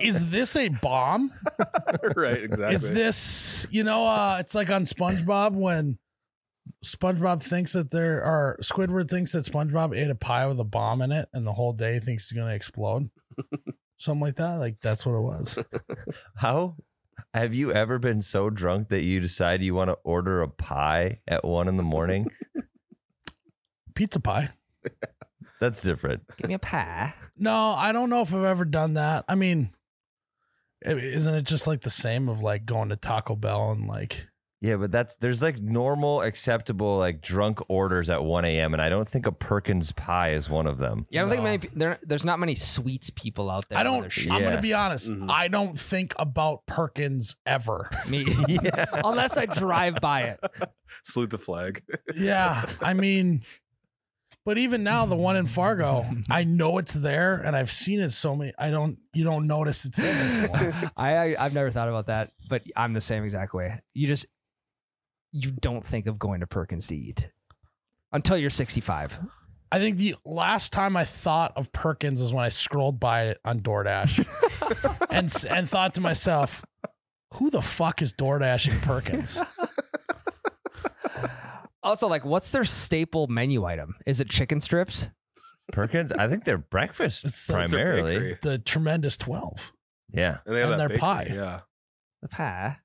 S1: is this a bomb?
S4: (laughs) right, exactly.
S1: Is this, you know, uh, it's like on SpongeBob when SpongeBob thinks that there are Squidward thinks that SpongeBob ate a pie with a bomb in it and the whole day thinks it's going to explode. Something like that. Like that's what it was.
S3: (laughs) How have you ever been so drunk that you decide you want to order a pie at one in the morning?
S1: Pizza pie.
S3: That's different.
S2: give me a pie.
S1: No, I don't know if I've ever done that. I mean, i- isn't it just like the same of like going to Taco Bell and like
S3: Yeah, but that's there's like normal, acceptable, like drunk orders at 1 a.m. And I don't think a Perkins pie is one
S2: (laughs)
S3: of them.
S2: Yeah, I don't
S1: No.
S2: think many. pe- There, there's not many sweets people out there.
S1: I don't.
S2: with their
S1: I'm gonna
S3: Yes.
S1: be honest.
S4: Mhm.
S1: I don't think about Perkins ever.
S2: shit. me, (laughs) unless I drive by it.
S4: Salute the flag.
S1: yeah, I mean, but even now, the one in Fargo, I know it's there, and I've seen it so many. I don't. You don't notice it's there. anymore.
S2: (laughs) I, I I've never thought about that, but I'm the same exact way. You just you don't think of going to Perkins to eat until you're 65.
S1: I think the last time I thought of Perkins is when I scrolled by it on DoorDash, and s- and thought to myself, "Who the fuck is DoorDashing Perkins?"
S2: Also, like, what's their staple menu item? Is it chicken strips?
S3: (laughs) Perkins, I think they're breakfast
S1: It's the-
S4: It's a
S3: primarily.
S4: bakery.
S1: The tremendous twelve.
S3: yeah.
S4: And they have
S1: And their
S4: that bakery,
S1: pie.
S4: Yeah.
S2: The pie.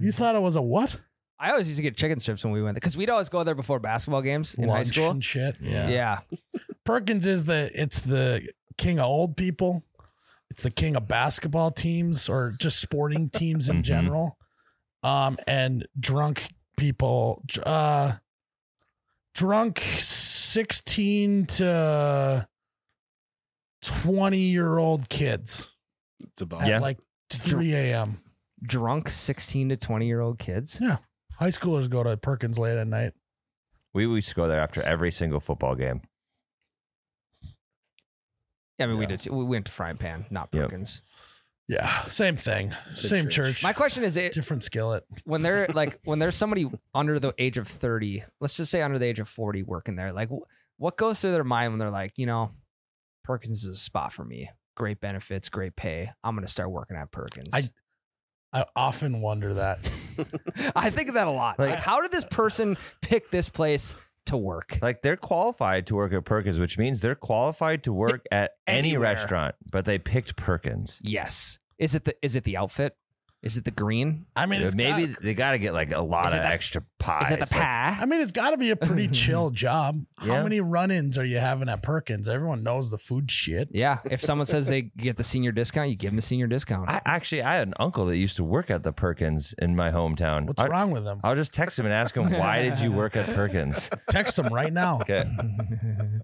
S1: You thought it was a what?
S2: (laughs) I always used to get chicken strips when we went because we'd always go there before basketball games in high
S1: Lunch
S2: school.
S1: and shit.
S3: Yeah.
S2: Yeah,
S1: Perkins is the it's the king of old people. It's the king of basketball teams or just
S2: (laughs)
S1: sporting teams in
S2: Mm-hmm.
S3: Mhm.
S1: general. Um and drunk people dr- uh drunk 16 to 20 year old kids
S4: It's about
S1: at
S3: Yeah.
S1: like 3 a.m.
S2: drunk 16 to 20 year old kids.
S1: High schoolers go to Perkins late at night.
S3: We used to go there after every single football game.
S2: Yeah, I mean, we
S3: Yeah.
S2: did. too. We went to Frying Pan, not
S3: Yep.
S2: Perkins.
S1: Yeah, same thing. Same, church.
S2: My question is, it,
S1: Different skillet.
S2: when they're like when there's somebody under the age of 30 let's just say under the age of 40 working there like wh- what goes through their mind when they're like you know perkins is a spot for me great benefits great pay i'm gonna start working at perkins i, (laughs)
S1: I- I often wonder that.
S2: think of that a lot like,
S3: Like-
S2: how did this person pick this place to work
S3: Like they're qualified to work at Perkins, which means they're qualified to work at any
S2: Anywhere.
S3: restaurant, but they picked Perkins.
S2: yes is it the is it the outfit is it the green
S1: I mean, it's
S3: Maybe
S1: got-
S3: they got to get like a lot
S2: Is
S3: of
S2: it the-
S3: extra pies.
S2: is it the
S3: Like,
S2: pie
S1: I mean, it's got to be a
S3: (laughs)
S1: pretty chill job. How
S3: Yeah.
S1: many run-ins are you having at Perkins? Everyone knows the food shit.
S2: yeah if someone says they get the senior discount you give them the senior discount
S3: I actually I had an uncle that used to work at the Perkins in my hometown.
S1: What's
S3: I,
S1: wrong with them?
S3: I'll just text him and ask him why did you work at Perkins?
S1: Text them right now.
S2: (laughs)
S3: (laughs) Okay.
S4: (laughs)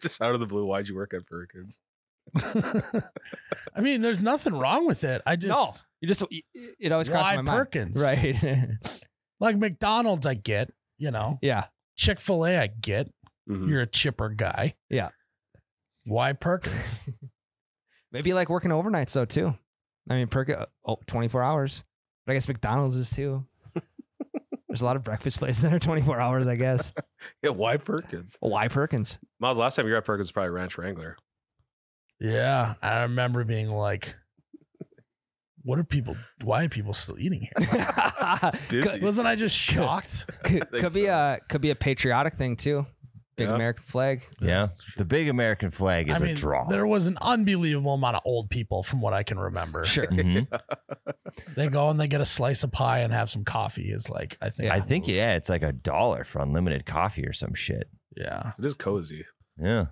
S4: just out of the blue. Why'd you work at Perkins?
S1: I mean, there's nothing wrong with it. I just
S2: you just it always crosses
S1: why
S2: my mind
S1: Perkins?
S2: right
S1: Like McDonald's, I get. You know,
S2: yeah
S1: Chick Fil A, I get.
S3: Hmm.
S4: Mhm.
S1: You're a chipper guy.
S2: Yeah.
S1: Why
S3: (laughs)
S1: Perkins?
S2: Maybe you like working overnights though too. I mean, per oh, 24 hours. But I guess McDonald's is too. There's a lot of breakfast places that are 24 hours, I guess.
S4: Yeah. Why Perkins?
S2: Why Perkins?
S4: Miles, last time you were at Perkins, was probably Ranch Wrangler.
S1: yeah, I remember being like, "What are people? Why are people still eating
S2: (laughs)
S1: here?"
S4: Busy.
S1: Wasn't I just shocked?
S2: could,
S4: think
S2: could be
S4: so.
S2: a could be a patriotic thing too. Big
S4: Yeah.
S2: American flag.
S3: Yeah. The big American flag is a draw.
S1: There was an unbelievable amount of old people from what I can remember.
S2: Sure.
S3: (laughs) Mhm.
S1: (laughs) They go and they get a slice of pie and have some coffee is like I think
S2: Yeah.
S3: I think yeah, it's like a dollar for unlimited coffee or some shit.
S1: yeah.
S4: It is cozy.
S3: Yeah.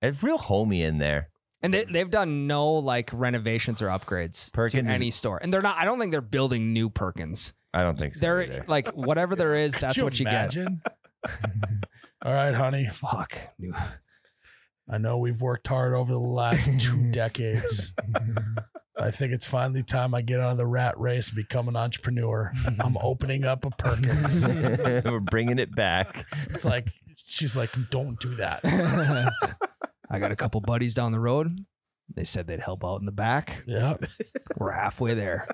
S3: It's real homey in there.
S2: And they, they've done no like renovations or upgrades
S3: Perkins
S2: to
S3: is-
S2: any store. And they're not I don't think they're building new Perkins.
S3: I don't think so.
S2: They're
S3: either.
S2: like whatever there is, that's what you get. (laughs)
S1: (laughs) All right, honey.
S2: Fuck. New-
S1: I know we've worked hard over the last
S2: (laughs)
S1: two decades. I think it's finally time I get out of the rat race and become an entrepreneur. (laughs) I'm opening up a Perkins.
S2: (laughs)
S3: (laughs) We're bringing it back.
S1: It's like she's like, don't do that.
S2: (laughs) I got a couple buddies down the road. They said they'd help out in the back. (laughs)
S1: Yeah.
S2: We're halfway there.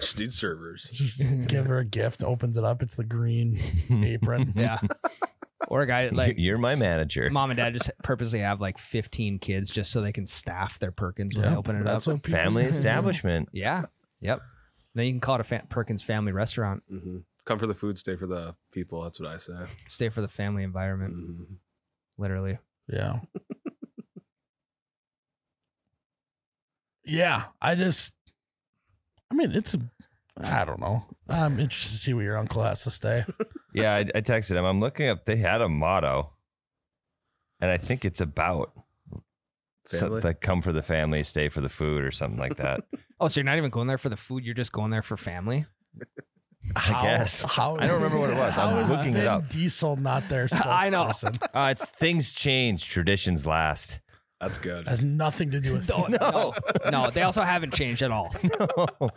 S4: Just need servers.
S1: Just give her a gift, opens it up. It's the green apron.
S2: (laughs) Yeah. Or a guy like
S3: (laughs) You're my manager.
S2: mom and dad just purposely have like 15 kids just so they can staff their Perkins when they
S1: Yeah,
S2: open it
S1: That's
S2: up.
S1: what people (laughs)
S3: Family
S1: do.
S2: (laughs)
S3: establishment.
S2: Yeah. Yep. Then you can call it a fa- Perkins family restaurant.
S4: hmm Come for the food, stay for the people. That's what I say.
S1: Mm-hmm.
S2: Stay for the family environment,
S4: Mhm.
S2: literally.
S1: Yeah. yeah, I just I mean, it's a I don't know. I'm interested to see what your uncle has to
S3: (laughs)
S1: say.
S3: Yeah, I, I texted him. I'm looking up. They had a motto, and I think it's about So,
S4: Family?
S3: like come for the family, stay for the food, or something like that.
S2: Oh, so you're not even going there for the food. You're just going there
S1: (laughs)
S2: for family.
S3: I guess.
S1: How,
S3: I don't remember what it was.
S1: How
S3: I'm
S1: is
S3: looking it
S1: Vin
S3: up.
S1: Diesel not
S3: (laughs)
S1: there?
S2: I know.
S3: Uh, it's things change, traditions last.
S4: That's good.
S1: Has nothing to do
S3: (laughs)
S1: with
S2: No, no, no, they also haven't changed at all.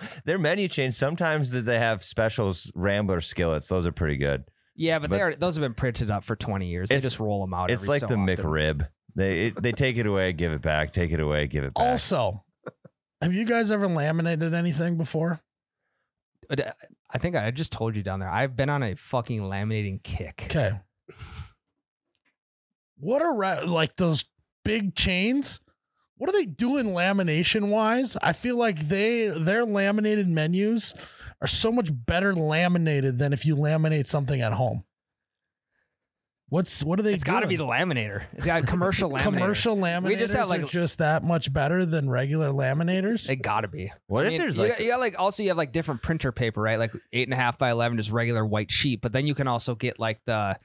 S3: (laughs) Their menu change. Sometimes that they have specials, Rambler skillets. Those are pretty good.
S2: Yeah, but,
S3: But-
S2: they are, those have been printed up for 20 years. They
S3: It's-
S2: just roll them out.
S3: It's
S2: every
S3: like
S2: so
S3: the
S2: often.
S3: McRib. They it, they take it away, give it back. Take it away, give it back.
S1: Also, have you guys ever laminated anything before?
S2: But, uh, I think I just told you down there. I've been on a fucking laminating kick.
S1: Okay. What are ra- like those big chains? What are they doing lamination wise? I feel like they their laminated menus are so much better laminated than if you laminate something at home. What's what are they?
S2: It's got to be the laminator. It's got a (laughs) commercial laminator.
S1: commercial laminators.
S2: We just have,
S1: are
S2: like-
S1: just that much better than regular laminators.
S2: They got to be.
S3: what
S2: I
S3: if
S2: mean,
S3: there's
S2: you
S3: like
S2: got, you got like also you have like different printer paper, right? Like eight and a half by eleven, just regular white sheet. But then you can also get like the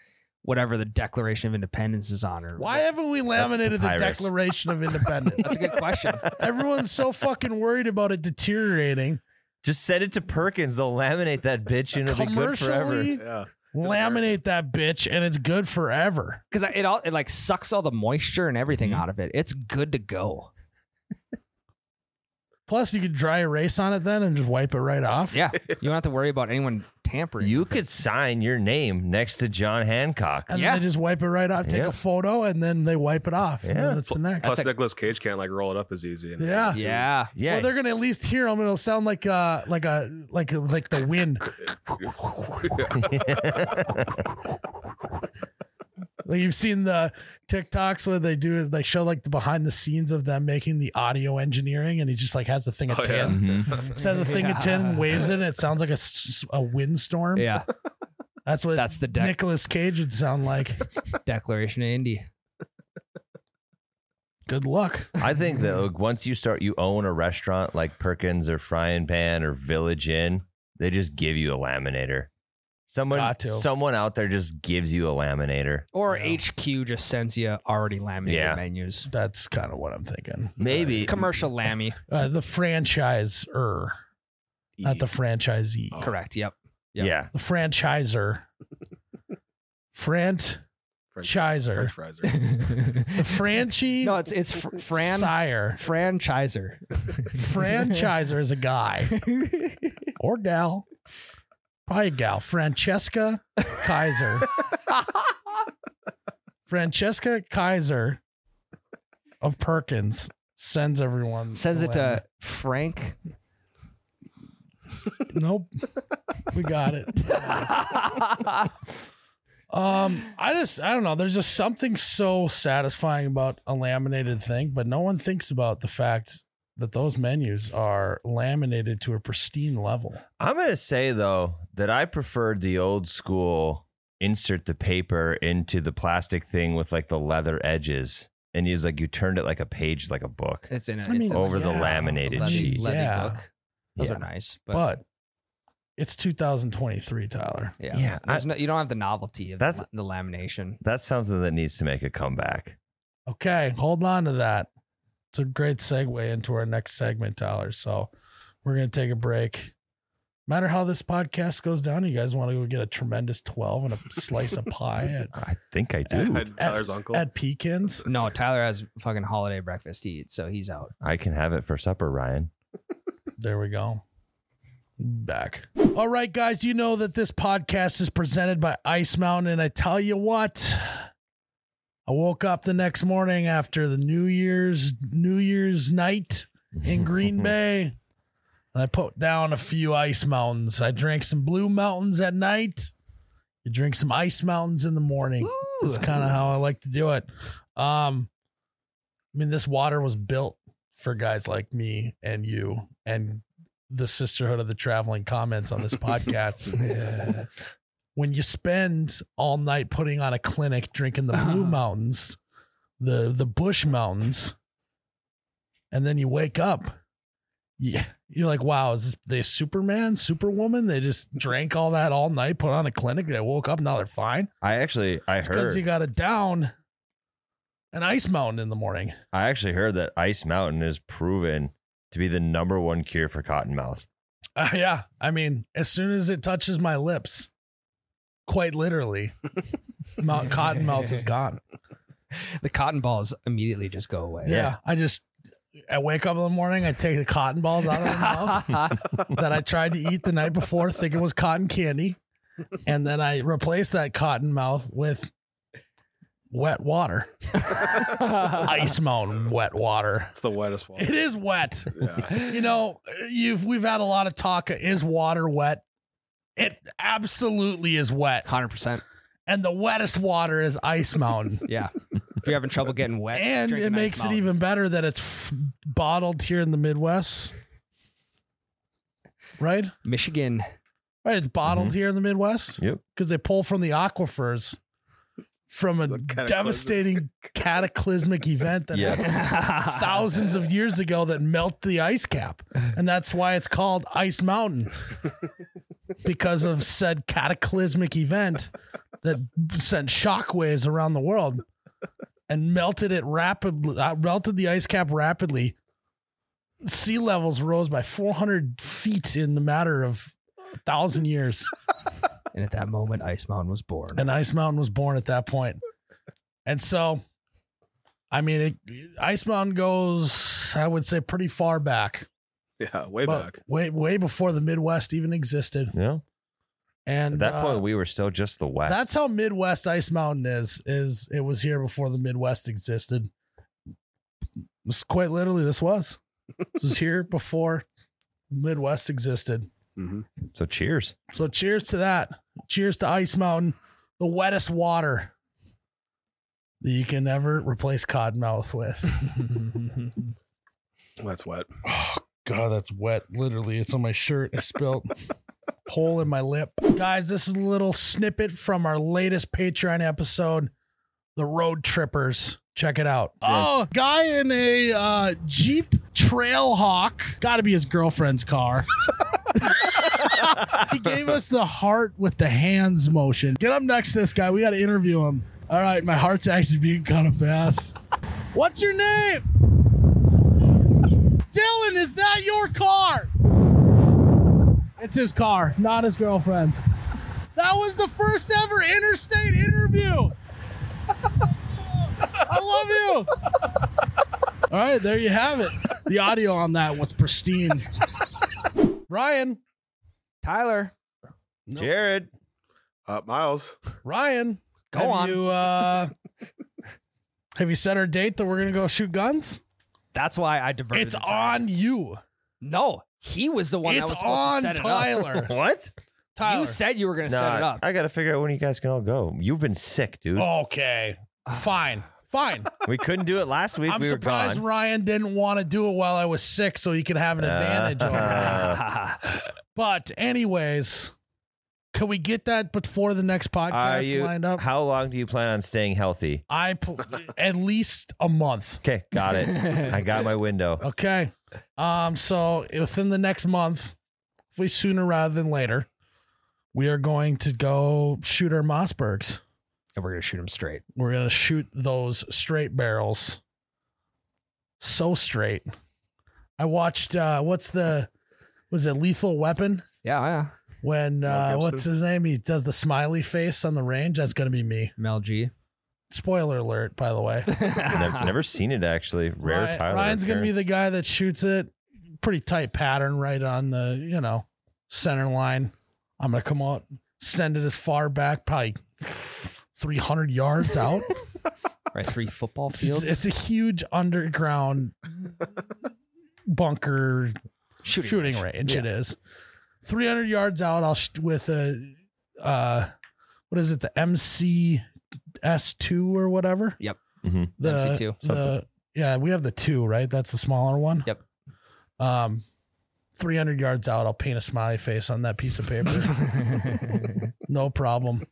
S2: whatever the Declaration of Independence is on. Or
S1: Why haven't we laminated the
S3: papyrus.
S1: Declaration
S2: (laughs)
S1: of Independence?
S2: That's a good question.
S1: Everyone's so fucking worried about it deteriorating.
S3: just send it to Perkins? They'll laminate that bitch and it'll be good forever.
S1: Commercially,
S4: Yeah.
S1: laminate that bitch, and it's good forever.
S2: Because it all it like sucks all the moisture and everything out of it. It's good to go.
S1: Plus, you could dry erase on it then and just wipe it right off.
S2: Yeah, you don't have to worry about anyone tampering.
S3: You
S2: with it.
S3: could sign your name next to John Hancock.
S1: And
S2: Yeah.
S1: then they just wipe it right off, take
S3: Yeah.
S1: a photo, and then they wipe it off. And
S3: Yeah.
S1: then that's the next.
S4: Plus,
S2: like-
S4: Nicolas Cage can't like roll it up as easy. and it's
S1: Yeah.
S4: (laughs) like, dude,
S2: Yeah,
S3: Yeah,
S1: Well, they're gonna at least hear them. It'll sound like uh like a like a, like the wind. (laughs)
S3: (laughs)
S1: Like you've seen the TikToks where they do is they show like the behind the scenes of them making the audio engineering, and he just like has the thing of
S4: Oh, yeah.
S1: tin,
S3: Mhm.
S1: just has a thing of tin, and waves it, and it sounds like a, s- a windstorm.
S2: yeah.
S1: that's what
S2: That's the dec-
S1: Nicholas Cage would sound like.
S2: Declaration of Indy.
S1: Good luck.
S3: I think that like, once you start, you own a restaurant like Perkins or Frying Pan or Village Inn. They just give you a laminator. Someone,
S1: Got to.
S3: someone out there just gives you a laminator.
S2: Or
S1: Yeah.
S2: HQ just sends you already laminated
S3: Yeah.
S2: menus.
S1: That's kind of what I'm thinking. (laughs)
S3: Maybe
S2: Commercial lammy.
S1: Uh, the franchisor, not the franchisee.
S2: Correct. Yep. Yep.
S3: Yeah,
S1: The franchiser. Frant. Chizer.
S4: French fries. are-
S1: (laughs) (laughs) The Franchi.
S2: (laughs) no, it's it's fr- Fran
S1: Sire.
S2: franchiser.
S1: Franchiser is a guy or gal. Probably a gal. Francesca
S2: (laughs)
S1: Kaiser. Francesca Kaiser of Perkins sends everyone.
S2: Sends
S1: the
S2: (laughs) it to
S1: (laughs)
S2: Frank.
S1: letter. Nope. We got it. Um, I just I don't know. There's just something so satisfying about a laminated thing, but no one thinks about the fact that those menus are laminated to a pristine level.
S3: I'm gonna say though that I preferred the old school insert the paper into the plastic thing with like the leather edges, and you just like you turned it like a page, like a book.
S2: it's in a,
S1: I mean,
S2: it's in a
S3: over the
S1: yeah.
S3: laminated
S2: levy-
S3: sheet.
S2: levy
S1: Yeah.
S2: book. Those
S3: Yeah.
S2: are nice, but,
S1: But, it's 2023, Tyler.
S2: yeah,
S3: Yeah,
S2: There's no, you don't have the novelty of
S3: That's-
S2: the, la- the lamination.
S3: That's something that needs to make a comeback.
S1: Okay, hold on to that. It's a great segue into our next segment, Tyler. So we're gonna take a break. Matter how this podcast goes down, you guys want to go get a tremendous 12 and a slice of pie
S3: (laughs)
S1: at,
S3: I think I do.
S4: And Tyler's uncle.
S1: at Pekins?
S2: No, Tyler has fucking holiday breakfast to eat, so he's out.
S3: I can have it for supper, Ryan.
S1: There we go. Back. All right, guys, you know that this podcast is presented by Ice Mountain. And I tell you what, I woke up the next morning after the New Year's New Year's night in (laughs) Green Bay. And I put down a few ice mountains. I drank some blue mountains at night. You drink some ice mountains in the morning. That's kind of how I like to do it. Um, I mean, this water was built for guys like me and you and the sisterhood of the traveling comments on this podcast. when you spend all night putting on a clinic drinking the Blue Mountains, the the Bush Mountains, and then you wake up, yeah, you're like, wow, is this they Superman, Superwoman? They just drank all that all night, put on a clinic, they woke up, now they're fine.
S3: I actually I
S1: It's because
S3: heard
S1: you got it down. an ice mountain in the morning. (laughs)
S3: I actually heard that Ice Mountain is proven to be the number one cure for cottonmouth.
S1: Uh, yeah. I mean, as soon as it touches my lips, quite (laughs) literally, Mount Cottonmouth is gone.
S2: The cotton balls immediately just go away.
S1: Yeah. I just, I wake up in the morning, I take the cotton balls out of my (laughs) mouth that I tried to eat the night before, thinking was cotton candy. And then I replace that cotton mouth with wet (laughs) water, ice mountain wet water.
S4: It's the wettest one.
S1: It is wet.
S4: Yeah.
S1: you know, you've we've had a lot of talk. Is water wet? It absolutely is wet,
S2: Hundred percent.
S1: and the wettest water is Ice Mountain.
S2: Yeah. If you're having trouble getting wet,
S1: and
S2: drink
S1: it
S2: an Ice
S1: makes it
S2: Mountain.
S1: even better that it's f- bottled here in the Midwest, right?
S2: Michigan.
S1: Right, it's bottled here in the Midwest.
S3: Yep.
S1: because they pull from the aquifers from a
S4: The cataclysmic-
S1: devastating cataclysmic event that
S3: Yes.
S1: happened (laughs) thousands of years ago that melt the ice cap. And that's why it's called Ice Mountain (laughs) because of said cataclysmic event that sent shockwaves around the world and melted it rapidly, uh, melted the ice cap rapidly. Sea levels rose by 400 feet in the matter of a thousand years.
S2: And at that moment, Ice Mountain was born.
S1: and Ice Mountain was born at that point. And so, I mean, it, Ice Mountain goes, I would say, pretty far back,
S4: Yeah, way
S1: but
S4: back.
S1: way way before the Midwest even existed.
S3: Yeah.
S1: And
S3: At that
S1: uh,
S3: point, we were still just the West.
S1: that's how Midwest Ice Mountain is. Is it was here before the Midwest existed. This quite literally, this was. This was here before Midwest existed.
S4: Mm-hmm.
S3: so cheers.
S1: So cheers to that. Cheers to Ice Mountain, the wettest water that you can ever replace cottonmouth with.
S4: That's wet.
S1: Oh God, that's wet. Literally, it's on my shirt. I spilled (laughs) hole in my lip. Guys, this is a little snippet from our latest Patreon episode, The Road Trippers. Check it out. Oh, guy in a uh, Jeep Trailhawk. Got to be his girlfriend's car. (laughs) he gave us the heart with the hands motion. Get up next to this guy. We got to interview him. All right, my heart's actually beating kind of fast. What's your name? Dylan, is that your car? It's his car, not his girlfriend's. That was the first ever interstate interview. I love you. All right, there you have it. The audio on that was pristine. Ryan,
S2: Tyler.
S1: (laughs)
S3: Jared.
S4: Uh, Miles,
S1: Ryan,
S2: Go
S1: have
S2: on.
S1: You, uh, have you set our date that we're gonna go shoot guns?
S2: That's why I diverted.
S1: It's
S2: to Tyler.
S1: on you.
S2: No, he was the one that was
S1: it's
S2: supposed
S1: on
S2: to set it up. (laughs)
S1: Tyler.
S3: What?
S1: Tyler.
S2: You said you were going to set it up.
S3: I got to figure out when you guys can all go. You've been sick, dude.
S1: Oh. okay, fine, fine.
S3: We
S1: (laughs)
S3: couldn't do it last week.
S1: I'm
S3: (sighs) we were
S1: surprised
S3: gone. Uh-huh.
S1: Ryan didn't want to do it while I was sick so he could have an advantage. over me.
S3: uh,
S1: But anyways, can we get that before the next
S3: Are
S1: podcast
S3: you?
S1: lined up?
S3: How long do you plan on staying healthy?
S1: I pl- at least a month.
S3: Okay, got
S1: (laughs)
S3: it. I got my window.
S1: Okay. Um so within the next month, hopefully sooner rather than later, we are going to go shoot our Mossbergs.
S2: (laughs) and we're going to shoot him straight.
S1: We're going to shoot those straight barrels. So straight. I watched uh what's the was it Lethal Weapon?
S2: Yeah, yeah.
S1: when
S4: Mel
S1: uh,
S4: Gibson.
S1: what's his name? He does the smiley face on the range. That's gonna be me.
S2: Mel G.
S1: Spoiler alert, by the way. (laughs)
S3: Never, never seen it actually. (laughs) Rare
S1: Ryan-
S3: Tyler.
S1: Ryan's gonna be the
S3: appearance.
S1: guy that shoots it. Pretty tight pattern right on the you know center line. I'm gonna come out, send it as far back, probably 300 yards
S3: (laughs)
S1: out.
S2: (laughs) Right, three football
S1: it's,
S2: fields.
S1: it's a huge underground bunker shooting, range. It is 300 yards out. I'll sh- with a uh, what is it? The MCS two or whatever.
S2: Yep.
S3: Mhm.
S1: The,
S2: MC2,
S1: the-
S3: something.
S1: yeah, we have the two, right? That's the smaller one.
S2: Yep.
S1: Um, 300 yards out. I'll paint a smiley face on that piece of
S2: (laughs)
S1: paper. no problem.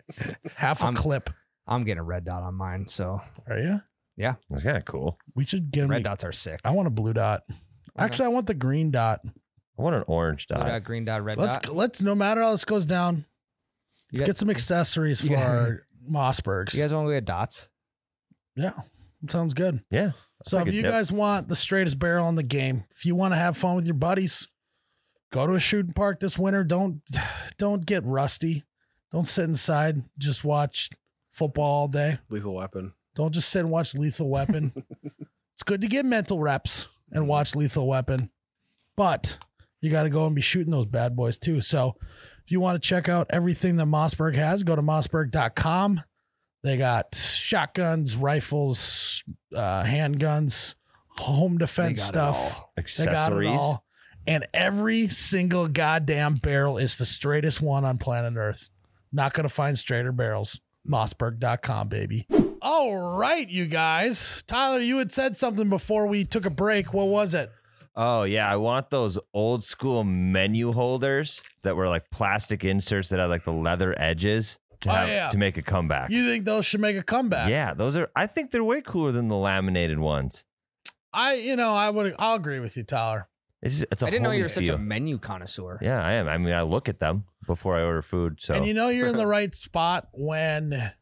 S1: Half a
S2: I'm-
S1: clip.
S2: (laughs) I'm getting a red dot on mine, so
S1: Are you?
S3: That's kind of cool.
S1: We should get him.
S2: red dots are sick.
S1: I want a blue dot.
S2: Okay.
S1: Actually, I want the green dot.
S3: I want an orange
S2: Blue
S3: dot.
S2: dot, green dot, red
S1: let's
S2: dot.
S1: let's no matter how this goes down.
S2: You
S1: Let's
S2: got-
S1: get some accessories
S2: you (laughs)
S1: for
S2: got-
S1: our Mossbergs.
S2: You guys want to go get dots?
S1: yeah. Sounds good.
S3: Yeah.
S1: So
S3: like
S1: if
S3: a
S1: you
S3: tip.
S1: guys want the straightest barrel in the game, if you want to have fun with your buddies, go to a shooting park this winter. Don't (sighs) don't get rusty. Don't sit inside. Just watch football all day.
S4: Lethal Weapon.
S1: Don't just sit and watch Lethal
S2: (laughs)
S1: Weapon. it's good to get mental reps and watch Lethal Weapon, but you got to go and be shooting those bad boys too. So if you want to check out everything that Mossberg has, go to mossberg.com. They got shotguns, rifles, uh, handguns, home defense
S2: They got it
S1: stuff.
S2: all.
S1: They got it
S3: Accessories.
S1: all. And every single goddamn barrel is the straightest one on planet Earth. Not going to find straighter barrels. Mossberg.com, baby. All right, you guys. Tyler, you had said something before we took a break. What was it?
S3: Oh yeah, I want those old school menu holders that were like plastic inserts that had like the leather edges to
S1: Oh,
S3: have
S1: yeah.
S3: to make a comeback.
S1: You think those should make a comeback?
S3: yeah, those are. I think they're way cooler than the laminated ones.
S1: I, you know, I would, I'll agree with you, Tyler.
S3: It's just, it's a
S2: I didn't know
S3: whole
S2: you
S3: new
S2: were such
S3: feel.
S2: a menu connoisseur.
S3: Yeah, I am. I mean, I look at them before I order food. So
S1: And you know you're
S3: (laughs)
S1: in the right spot when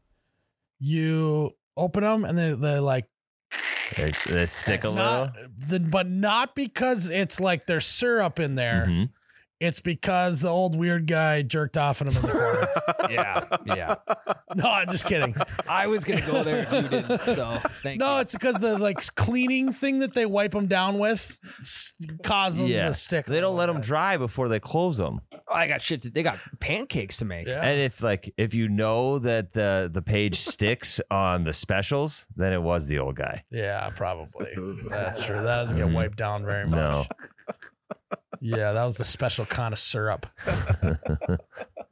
S1: you open them and they, they like
S3: they,
S1: (laughs)
S3: they stick a little.
S1: not, the, but not because it's like there's syrup in there.
S3: Mhm.
S1: It's because the old weird guy jerked off in him in the
S3: (laughs)
S1: corner.
S2: (laughs) yeah, yeah.
S1: no, I'm just kidding.
S2: I was gonna go there if you didn't.
S1: (laughs)
S2: So thank
S1: No,
S2: you.
S1: it's because the like cleaning thing that they wipe them down with s- caused them
S3: Yeah.
S1: to stick.
S3: They don't let them dry before they close them.
S2: Oh, I got shit. To, they got pancakes to make. (laughs)
S1: Yeah.
S3: And if like if you know that the the
S1: (laughs)
S3: page sticks on the specials, then it was the old guy.
S1: Yeah,
S3: (laughs)
S1: probably. That's true. That doesn't get
S3: Mhm.
S1: wiped down very much.
S3: No.
S1: Yeah, that was the special kind of
S3: (laughs)
S1: syrup.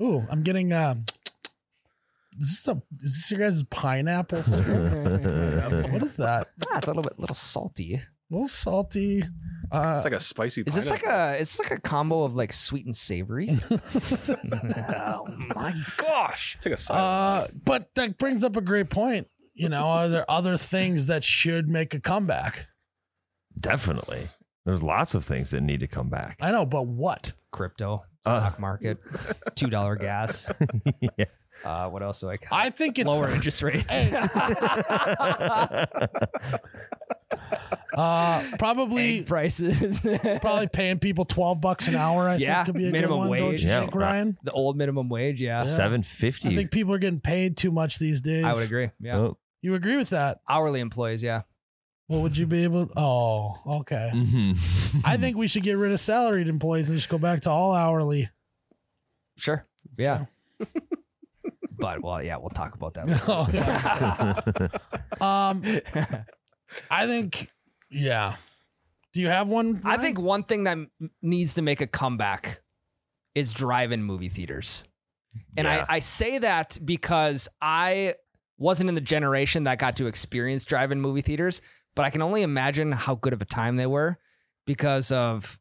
S1: Ooh, I'm getting. Um, is this a? Is this your guys' pineapple
S3: (laughs)
S1: syrup? what is that?
S2: Ah, it's a little bit, little salty.
S1: A little salty. Uh,
S4: It's like a spicy.
S2: Is this like
S4: pineapple.
S2: a? It's like a combo of like sweet
S1: (laughs)
S2: and savory. (laughs) oh my gosh!
S4: It's like a salad.
S1: Uh, but that brings up a great point. You know, are there other things that should make a comeback?
S3: Definitely. There's lots of things that need to come back. (laughs)
S1: I know, but what?
S2: Crypto,
S3: Uh.
S2: stock market, two dollar gas.
S3: Yeah.
S2: Uh, what else do I?
S1: I think it's
S2: lower interest rates. (laughs)
S1: Hey. uh,
S2: Egg
S1: probably
S2: prices. (laughs)
S1: probably paying people twelve bucks an hour. I
S2: Yeah,
S1: think could be a
S2: minimum
S1: good one, Don't
S2: wage.
S1: you
S3: Yeah,
S1: think,
S3: right.
S1: Ryan?
S2: the old minimum wage. Yeah,
S3: Seven
S1: I
S3: fifty. Oh.
S1: think people are getting paid too much these days.
S2: I would agree. Yeah,
S1: You agree with that?
S2: hourly employees. Yeah,
S1: What would you be able? Oh, okay.
S2: Mm-hmm.
S1: I think we should get rid of salaried employees and just go back to all hourly.
S2: sure. Yeah. but well, yeah, we'll talk
S1: (laughs)
S2: about that. Later.
S1: Oh, Um, I think, yeah. Do you have one?
S2: I
S1: Ryan?
S2: think one thing that m- needs to make a comeback is drive-in movie theaters. And
S3: Yeah.
S2: I, I say that because I wasn't in the generation that got to experience drive-in movie theaters, but I can only imagine how good of a time they were because of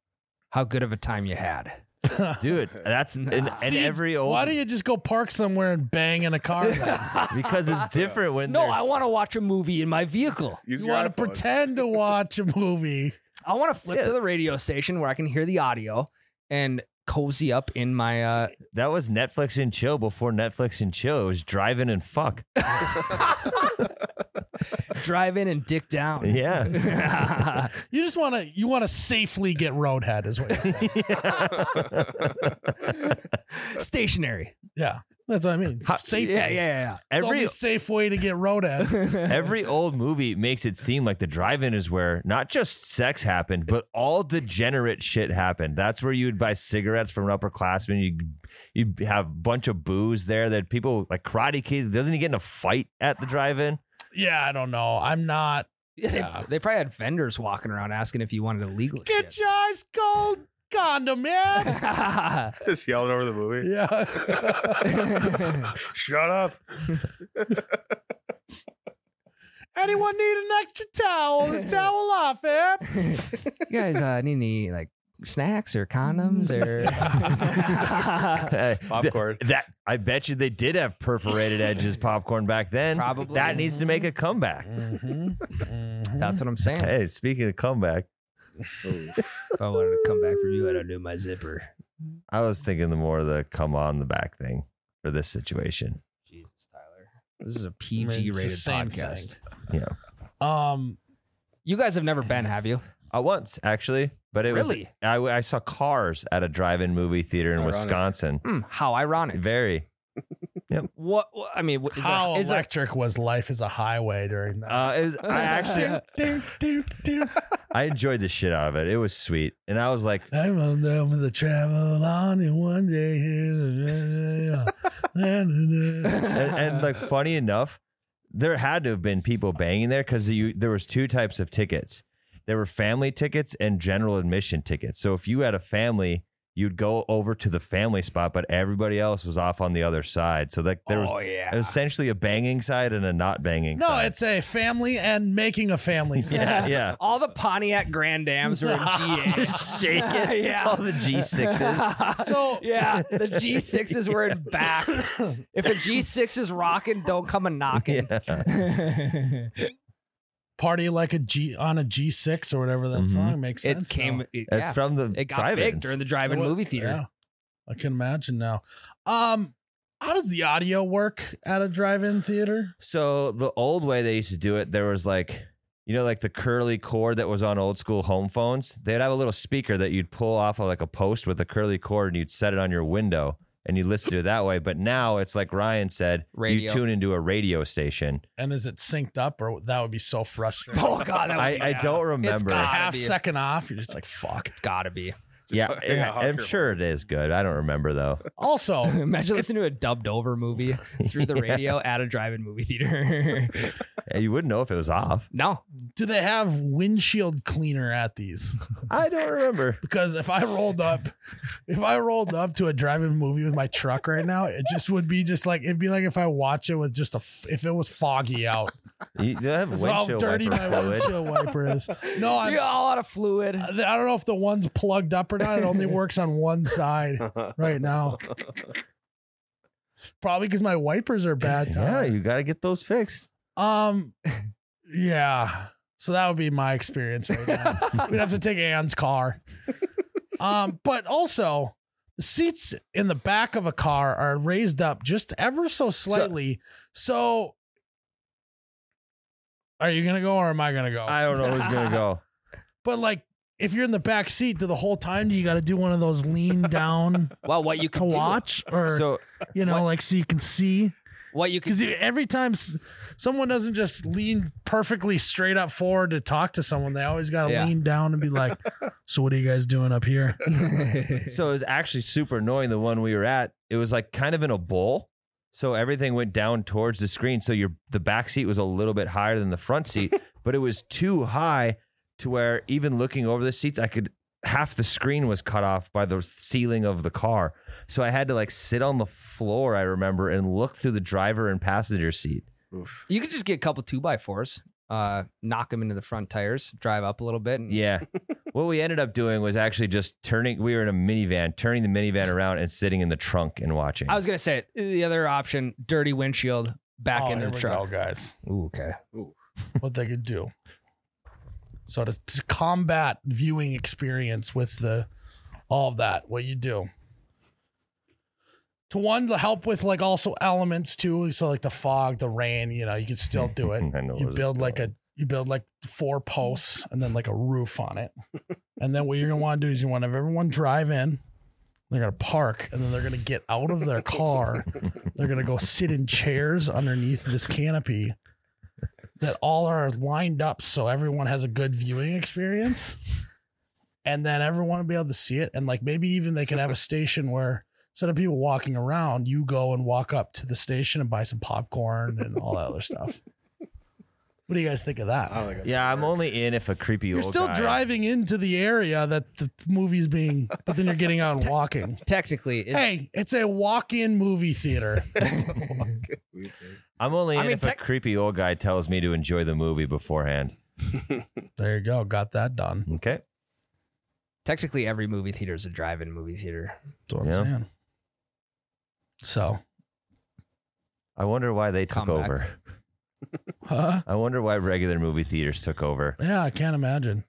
S2: how good of a time you had.
S3: (laughs) Dude, that's in, in
S1: See,
S3: every old
S1: Why don't you just go park somewhere and bang in a car? then?
S3: (laughs) because it's different
S2: (laughs)
S3: when
S2: No,
S3: there's-
S2: I want to watch a movie in my vehicle.
S4: (laughs) Use
S1: you
S4: your
S1: want to
S4: iPhone.
S1: pretend to watch a movie?
S2: I want to flip
S3: Yeah.
S2: to the radio station where I can hear the audio and cozy up in my uh
S3: that was Netflix and chill before Netflix and chill. It was driving and fuck.
S2: drive-in and dick down.
S1: (laughs)
S3: Yeah. (laughs)
S2: (laughs)
S1: You just want to you want to safely get roadhead, is what you're
S3: (laughs)
S1: saying.
S2: Stationary.
S1: yeah, that's what I mean.
S3: How-
S1: Safely.
S2: Yeah, yeah,
S1: It's the
S3: Every
S1: only safe way to get
S3: (laughs)
S1: roadhead.
S2: yeah, yeah. (laughs)
S3: every old movie makes it seem like the drive-in is where not just sex happened, but all degenerate shit happened. That's where you'd buy cigarettes from an upperclassman. You you have a bunch of booze there that people like Karate Kid. Doesn't he get in a fight at the drive-in? (laughs)
S1: Yeah, I don't know. I'm not.
S2: Yeah, they,
S1: Yeah.
S2: they probably had vendors walking around asking if you wanted a legal
S1: Get
S2: shit.
S1: your eyes cold condom,
S3: (laughs)
S1: man.
S4: (laughs) Just yelling over the movie.
S1: yeah. (laughs)
S2: (laughs)
S4: Shut up.
S1: Anyone need an extra towel?
S2: (laughs)
S1: The towel off, eh?
S2: you guys uh, need any like snacks or condoms or
S3: Hey, th-
S4: Popcorn.
S3: that I bet you they did have perforated edges popcorn back
S2: (laughs)
S3: then.
S2: Probably.
S3: that needs to make a comeback.
S2: that's what I'm saying.
S3: Hey, speaking of comeback,
S2: If I wanted to come back for you, I don't do my zipper.
S3: I was thinking the more the come on the back thing for this situation.
S2: Jesus, Tyler. This is a
S1: I mean,
S2: PG
S1: it's the
S2: rated
S1: same
S2: podcast.
S3: Yeah.
S2: Mm-hmm.
S1: Um,
S2: You guys have never been, have you?
S3: Uh, once actually, but it was
S2: Really?
S3: I, w- I saw Cars at a drive-in movie theater in
S4: Ironic.
S3: Wisconsin.
S2: Hmm, how ironic.
S3: Very.
S2: What, what- I mean, what- is
S1: how
S2: there, is there-
S1: electric was life as a highway during that?
S3: Uh, it was,
S2: (laughs)
S3: I actually
S1: Doo, doo, doo, doo.
S3: I enjoyed the shit out of it. It was sweet, and I was like,
S1: I run down with the travel on in one day. here.
S3: and,
S2: (laughs)
S3: and like funny enough, there had to have been people banging there because you there was two types of tickets. There were family tickets and general admission tickets. So if you had a family, you'd go over to the family spot, but everybody else was off on the other side. So like there was
S2: oh, yeah.
S3: it was essentially a banging side and a not banging.
S1: No,
S3: side.
S1: it's a family and making a family.
S3: (laughs)
S2: (laughs)
S3: yeah, yeah.
S2: All the Pontiac Grand Dams were in GA.
S3: Shake
S2: (laughs)
S3: it.
S2: yeah.
S3: All
S2: (laughs)
S3: the G6s.
S1: So
S2: yeah, the G6s were in back. If the G6 is rocking, don't come a knocking.
S3: Yeah.
S1: party like a G on a G six or whatever that
S3: Mhm.
S1: song makes
S2: it
S1: sense.
S2: came.
S1: now.
S2: It,
S3: It's
S2: (laughs) yeah,
S3: from the
S2: it got big
S3: drive-ins.
S2: during the drive-in
S1: Well,
S2: movie theater.
S1: yeah. I can imagine now. Um, how does the audio work at a drive-in theater?
S3: So the old way they used to do it, there was like, you know, like the curly cord that was on old school home phones. They'd have a little speaker that you'd pull off of like a post with a curly cord, and you'd set it on your window, and you listen to it that way. But now it's like Ryan said, you
S2: Radio.
S3: tune into a
S1: (laughs)
S3: radio station.
S1: And is it synced up? Or that would be so frustrating.
S2: (laughs) Oh god, that would
S3: I,
S2: be
S3: I
S2: bad.
S3: don't
S2: It's
S3: remember.
S1: a
S2: gotta
S1: half
S2: be.
S1: second off. You're just like fuck.
S2: It's gotta be.
S3: yeah, yeah, I'm sure it is good. I don't remember though.
S1: Also,
S2: (laughs) Imagine listening to a dubbed over movie through the
S3: Yeah.
S2: radio at a drive-in movie theater. (laughs)
S3: You wouldn't know if it was off.
S2: no,
S1: do they have windshield cleaner at these?
S3: I don't remember.
S1: Because if I rolled up, if I rolled up to a drive-in movie with my truck right now, it just would be just like it'd be like if I watch it with just a f- if it was foggy
S2: (laughs)
S1: out.
S3: You,
S1: (laughs)
S3: they have
S1: That's how
S3: windshield
S1: dirty my
S3: wiper fluid.
S1: windshield wiper is. No, I,
S2: you all out of
S1: (laughs)
S2: fluid.
S1: I don't know if the one's plugged up or not. It only works on one side right now. Probably because my wipers are bad.
S3: Yeah,
S1: Tyler.
S3: you got to get those fixed.
S1: Um. Yeah. So that would be my experience right
S2: (laughs)
S1: now. We'd have to take Ann's car. Um. But also, the seats in the back of a car are raised up just ever so slightly. So. are you gonna go or am I gonna go?
S3: I don't know who's
S1: (laughs)
S3: gonna go.
S1: But like, if you're in the back seat, do the whole time do you got to do one of those
S2: (laughs)
S1: lean down
S2: Well, what you
S1: to
S2: can
S1: watch, or
S3: So
S1: you know,
S2: what-
S1: like so you can see?
S2: what you can
S1: Because every time s- someone doesn't just lean perfectly straight up forward to talk to someone, they always got to
S2: Yeah.
S1: lean down and be
S2: (laughs)
S1: like, "So what are you guys doing up here?" (laughs)
S3: So it was actually super annoying. The one we were at, it was like kind of in a bowl, so everything went down towards the screen. So your the back seat was a little bit higher than the
S1: (laughs)
S3: front seat, but it was too high to where even looking over the seats, I could half the screen was cut off by the ceiling of the car. So I had to like sit on the floor. I remember and look through the driver and passenger seat.
S4: (laughs) Oof.
S2: You could just get a couple two by fours, uh, knock them into the front tires, drive up a little bit, and
S1: (laughs)
S3: Yeah. what we ended up doing was actually just turning. We were in a minivan, turning the minivan around and sitting in the trunk and watching.
S2: I was gonna say the other option, dirty windshield back
S1: Oh,
S2: into
S1: here
S2: the
S1: we
S2: truck.
S1: go, guys.
S2: Ooh, okay.
S1: What they could do. So to, to combat viewing experience with the all of that, what you do. To one to help with like also elements too, so like the fog, the rain, you know, you can still do it.
S3: (laughs) I know
S1: you
S3: where this
S1: build
S3: is
S1: like
S3: going.
S1: a you build like four posts and then like a roof on it. and then what you're gonna want to do is you want to have everyone drive in. They're gonna park and then they're gonna get out of their car.
S3: (laughs)
S1: they're gonna go sit in chairs underneath this canopy that all are lined up so everyone has a good viewing experience. And then everyone will be able to see it. And like maybe even they could have
S3: (laughs)
S1: a station where instead of people walking around, you go and walk up to the station and buy some popcorn and all that other stuff. What do you guys think of that?
S4: I don't think that's
S3: Yeah,
S4: gonna
S3: I'm
S4: work.
S3: only in if a creepy
S1: You're
S3: old
S1: still
S3: guy-
S1: driving into the area that the movie's being, but then you're getting out and
S3: (laughs)
S1: walking.
S2: Technically, it's,
S1: Hey, it's a walk-in movie
S3: (laughs)
S1: theater.
S4: We did.
S3: I'm only
S2: I
S3: in
S2: mean,
S3: if
S2: tech-
S3: a creepy old guy tells me to enjoy the movie beforehand.
S1: There you go. Got that done.
S3: Okay.
S2: technically every movie theater is a drive-in movie theater.
S1: That's what
S3: Yeah.
S1: I'm saying. So, (laughs)
S3: I wonder why they took
S2: Come back.
S3: over.
S1: huh?
S3: I wonder why regular movie theaters took over.
S1: Yeah, I can't
S2: (laughs)
S1: imagine.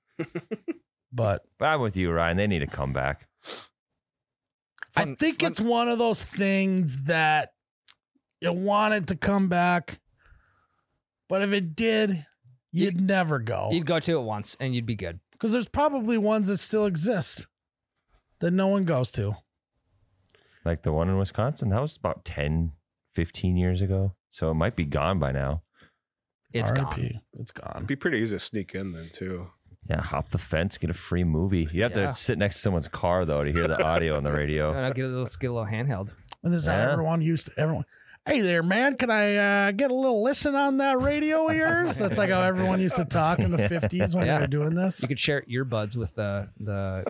S1: But
S3: But I'm with you, Ryan. They need to come back.
S1: I
S2: Fun-
S1: think
S2: fun-
S1: it's one of those things that you wanted to come back, but if it did, You'd never go
S2: (laughs) You'd go to it once and you'd be good.
S1: because there's probably ones that still exist that no one goes to.
S3: Like the one in Wisconsin, that was about 10, 15 years ago. So it might be gone by now.
S2: It's gone.
S1: R.I.P.. It's gone.
S4: It'd be pretty easy to sneak in then too.
S3: Yeah, hop the fence, get a free movie. You have
S2: Yeah.
S3: to sit next to someone's car though to hear the audio on the
S2: (laughs)
S3: radio.
S2: I'll get, a- let's get a little handheld.
S1: And this
S3: Yeah.
S1: everyone used to everyone. Hey there, man! Can I uh, get a little listen on that radio of yours? That's like how everyone used to talk in the fifties when
S2: (laughs) Yeah.
S1: they were doing this.
S2: You could share earbuds with the
S1: (laughs)
S2: the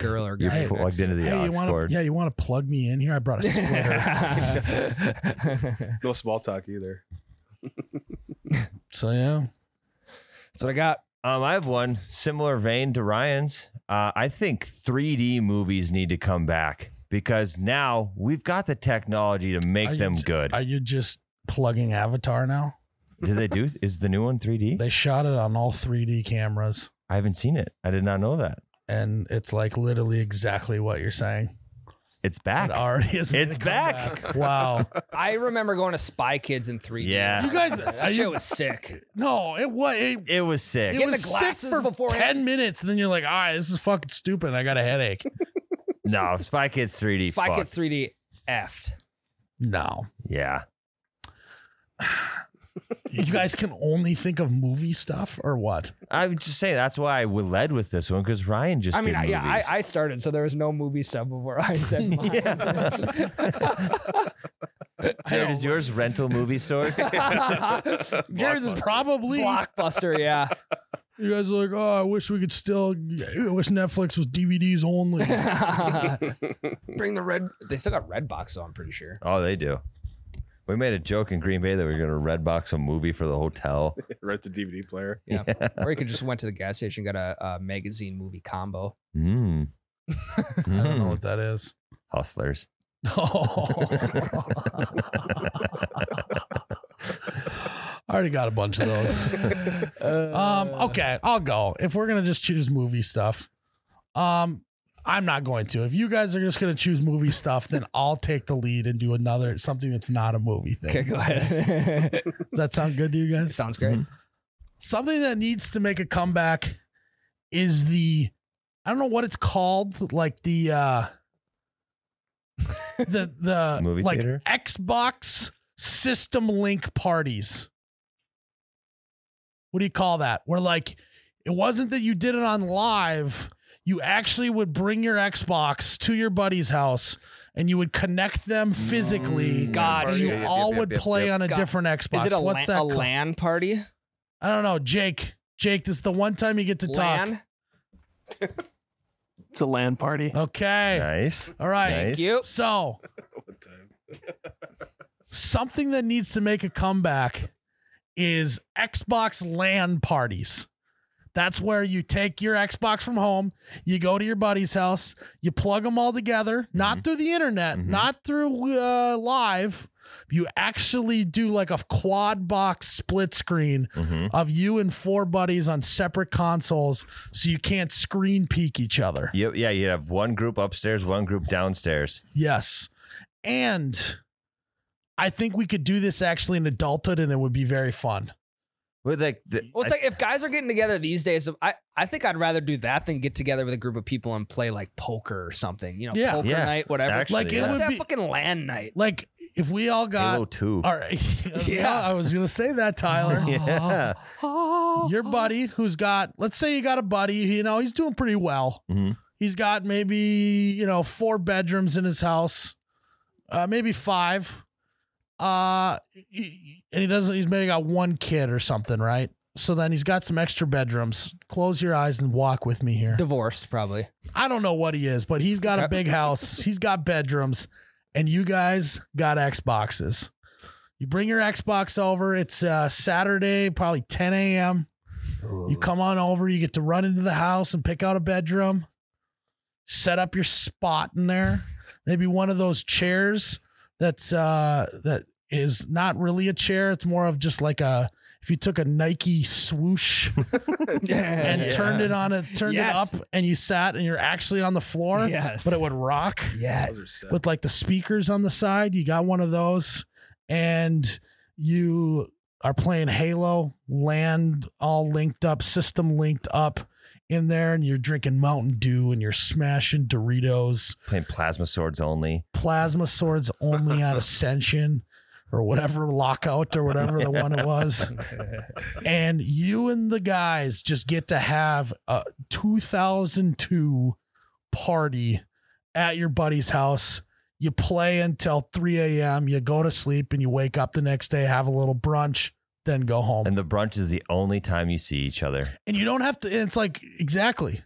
S2: girl or
S3: You're
S2: guy. next
S3: plugged
S2: to
S3: into the
S1: hey, you
S3: aux
S1: want
S3: cord.
S1: to? Yeah, you want to plug me in here? I brought a
S2: you.
S1: splitter.
S4: No small talk either.
S1: so yeah,
S2: (laughs) That's what I got.
S3: Um, I have one similar vein to Ryan's. Uh, I think 3D movies need to come back because now we've got the technology to make
S1: Are you
S3: them
S1: j-
S3: good.
S1: are you just plugging Avatar now?
S3: Do
S2: (laughs)
S3: they do? Is the new one 3D?
S1: They shot it on all 3D cameras,
S3: I haven't seen it. I did not know that.
S1: and it's like literally exactly what you're saying.
S3: It's
S1: It
S3: back.
S1: already is. made
S3: It's
S1: a
S3: back.
S1: comeback.
S3: (laughs)
S1: Wow.
S2: I remember going to Spy Kids in 3D.
S3: Yeah.
S1: You guys- are
S2: that
S1: you-
S2: shit was sick.
S1: No, it was. It,
S3: It was sick.
S1: it
S2: Get the
S1: was sick
S2: glasses
S1: for
S2: beforehand.
S1: ten minutes, and then you're like, "All right, this is fucking stupid. I got a headache."
S3: no, Spy Kids 3D.
S2: Spy
S3: fuck.
S2: Kids 3D effed.
S1: No,
S3: Yeah.
S1: you guys can only think of movie stuff or what?
S3: I would just say that's why I would led with this one because Ryan just
S2: I mean,
S3: did
S2: I, yeah,
S3: movies. (laughs)
S2: I, I started, so there was no movie stuff before I said mine. (laughs)
S3: Jared, is yours rental movie
S2: (laughs)
S3: stores?
S2: Yours is
S1: Probably.
S2: blockbuster,
S3: (laughs)
S2: yeah.
S1: You guys are like, "Oh, I wish we could still. I wish Netflix was DVDs
S3: (laughs)
S1: only."
S2: Bring the red. They still got red box, though. I'm pretty sure.
S3: oh, they do. We made a joke in Green Bay that we were going to red box a movie for the hotel.
S4: (laughs) Right the DVD player.
S2: Yeah. or you could just went to the gas station, got a, a magazine movie combo. (laughs)
S3: Mm.
S1: I don't know
S3: Mm.
S1: what that is.
S3: Hustlers.
S1: Oh. I already got a bunch of those. Um, okay, I'll go. If we're gonna just choose movie stuff, um, I'm not going to. If you guys are just gonna choose movie stuff, then I'll take the lead and do another something that's not a movie thing.
S2: Okay, go ahead. (laughs)
S1: Does that sound good to you guys?
S2: Sounds great.
S3: Mm-hmm.
S1: Something that needs to make a comeback is the I don't know what it's called, like the uh
S3: (laughs)
S1: the the
S3: Movie
S1: like
S3: theater?
S1: Xbox system link parties. What do you call that? Where like it wasn't that you did it on live, you actually would bring your Xbox to your buddy's house and you would connect them physically.
S4: Mm.
S2: God,
S1: and you
S2: Yep, yep,
S1: all would play on a
S2: God.
S1: different Xbox.
S2: Is it a,
S1: What's
S2: lan-
S1: that
S2: a
S1: called?
S2: LAN party?
S1: I don't know, Jake. Jake, this is the one time you get to
S2: LAN?
S1: talk.
S5: It's a land party.
S1: Okay.
S3: Nice.
S1: All right.
S3: Nice.
S2: You?
S1: So,
S4: What time?
S1: something that needs to make a comeback is Xbox LAN parties. That's where you take your Xbox from home, you go to your buddy's house, you plug them all together,
S3: Mm-hmm.
S1: not through the internet,
S3: Mhm.
S1: not through uh, live. You actually do like a quad box split screen
S3: Mhm.
S1: of you and four buddies on separate consoles so you can't screen peek each other.
S3: You, yeah, you'd have one group upstairs, one group downstairs.
S1: Yes. And I think we could do this actually in adulthood and it would be very fun.
S3: With like, the,
S2: Well, it's like if guys are getting together these days, I, I think I'd rather do that than get together with a group of people and play like poker or something. You know,
S1: Yeah.
S2: poker
S3: Yeah.
S2: night, whatever.
S3: Actually,
S1: Like, it
S3: yeah.
S2: Let's
S1: would
S2: have
S1: be-
S2: fucking LAN night.
S1: Like if we all got
S3: Halo 2. (laughs)
S1: all right. (laughs)
S2: Yeah.
S1: I was gonna say that, Tyler.
S3: Yeah.
S1: Your buddy who's got let's say you got a buddy, you know, he's doing pretty well.
S3: Mhm.
S1: He's got maybe, you know, four bedrooms in his house. Uh maybe five. Uh he- and he doesn't he's maybe got one kid or something, right? So then he's got some extra bedrooms. Close your eyes and walk with me here.
S2: Divorced, probably.
S1: I don't know what he is, but he's got a
S2: Okay.
S1: big house. He's got bedrooms, and you guys got Xboxes. You bring your Xbox over. It's uh, Saturday, probably 10 a.m. You come on over. You get to run into the house and pick out a bedroom. Set up your spot in there. Maybe one of those chairs that's uh, that is not really a chair. It's more of just like a if you took a Nike swoosh (laughs)
S2: (laughs)
S1: and
S3: Yeah.
S1: turned it on it turned
S2: Yes.
S1: it up and you sat and you're actually on the floor
S2: Yes.
S1: but it would rock
S2: yeah.
S4: Those are sick.
S1: with like the speakers on the side you got one of those and you are playing Halo, land all linked up, system linked up in there, and you're drinking Mountain Dew and you're smashing Doritos,
S3: Playing plasma swords only.
S1: plasma swords only on Ascension or whatever lockout or whatever the one it was. And you and the guys just get to have a 2002 party at your buddy's house. You play until 3 a.m., you go to sleep, and you wake up the next day, have a little brunch, then go home.
S3: And the brunch is the only time you see each other.
S1: and you don't have to it's like exactly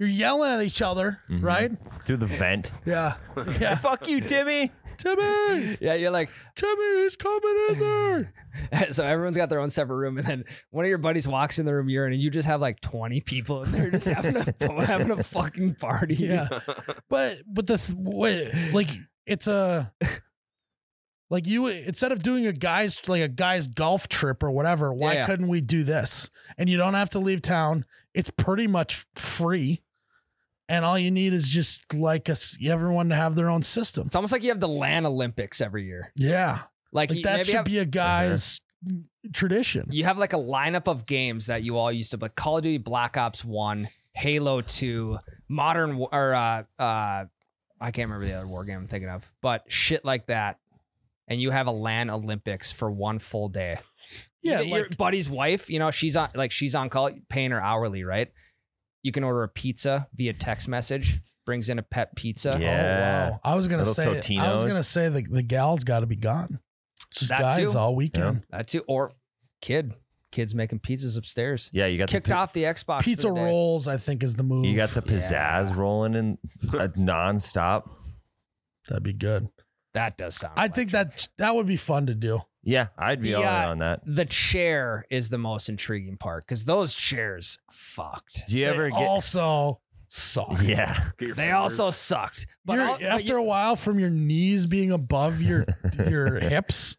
S1: you're yelling at each other
S3: Mhm.
S1: right
S3: Through
S2: (laughs)
S3: the vent.
S1: yeah yeah
S3: Fuck you, Timmy.
S1: timmy
S2: Yeah,
S1: (laughs)
S2: you're like,
S1: timmy he's coming in there
S2: (laughs) so everyone's got their own separate room, and then one of your buddies walks in the room you're in, and you just have like 20 people in there
S1: (laughs)
S2: just having a having a fucking party. (laughs)
S1: yeah but but the th- wait, like it's a like you instead of doing a guy's like a guy's golf trip or whatever why
S2: Yeah, yeah.
S1: couldn't we do this and you don't have to leave town it's pretty much free and all you need is just like us everyone to have their own system
S2: It's almost like you have the LAN Olympics every year.
S1: yeah
S2: Like,
S1: like
S2: you,
S1: that
S2: maybe
S1: should
S2: have, Uh-huh.
S1: be a guy's tradition
S2: you have like a lineup of games that you all used to, but Call of Duty Black Ops 1, Halo 2, Modern Wa- or uh, uh, I can't remember the other war game I'm thinking of, but shit like that. And you have a LAN Olympics for one full day.
S1: yeah
S2: your, your
S1: like-
S2: buddy's wife, you know, she's on like she's on call, paying her hourly, right? You can order a pizza via text message. Brings in a pet pizza.
S3: Yeah.
S1: Oh, wow. I was gonna
S3: Little
S1: say. I was
S3: Totinos.
S1: gonna say the the gal's got to be gone. It's just
S2: That
S1: guys
S2: too.
S1: all weekend.
S2: That too. Or kid, kids making pizzas upstairs.
S3: Yeah, you got
S2: Kicked
S3: the, pi-
S2: off the Xbox. for
S1: Pizza
S2: the day.
S1: rolls, I think, is the move.
S3: You got the pizzazz
S2: Yeah.
S3: rolling in uh, nonstop.
S1: That'd be good.
S2: That does sound.
S1: I think
S2: electric.
S1: that that would be fun to do.
S3: Yeah, I'd be
S2: The,
S3: all in
S2: uh,
S3: on that.
S2: the chair is the most intriguing part because those chairs fucked.
S3: Do you ever
S1: They
S2: (laughs)
S3: get?
S1: also suck?
S3: yeah,
S4: Get your
S2: They
S4: fingers.
S2: also sucked. But
S1: Your-
S2: all- but you-
S1: after a while, from your knees being above
S3: (laughs)
S1: your your hips,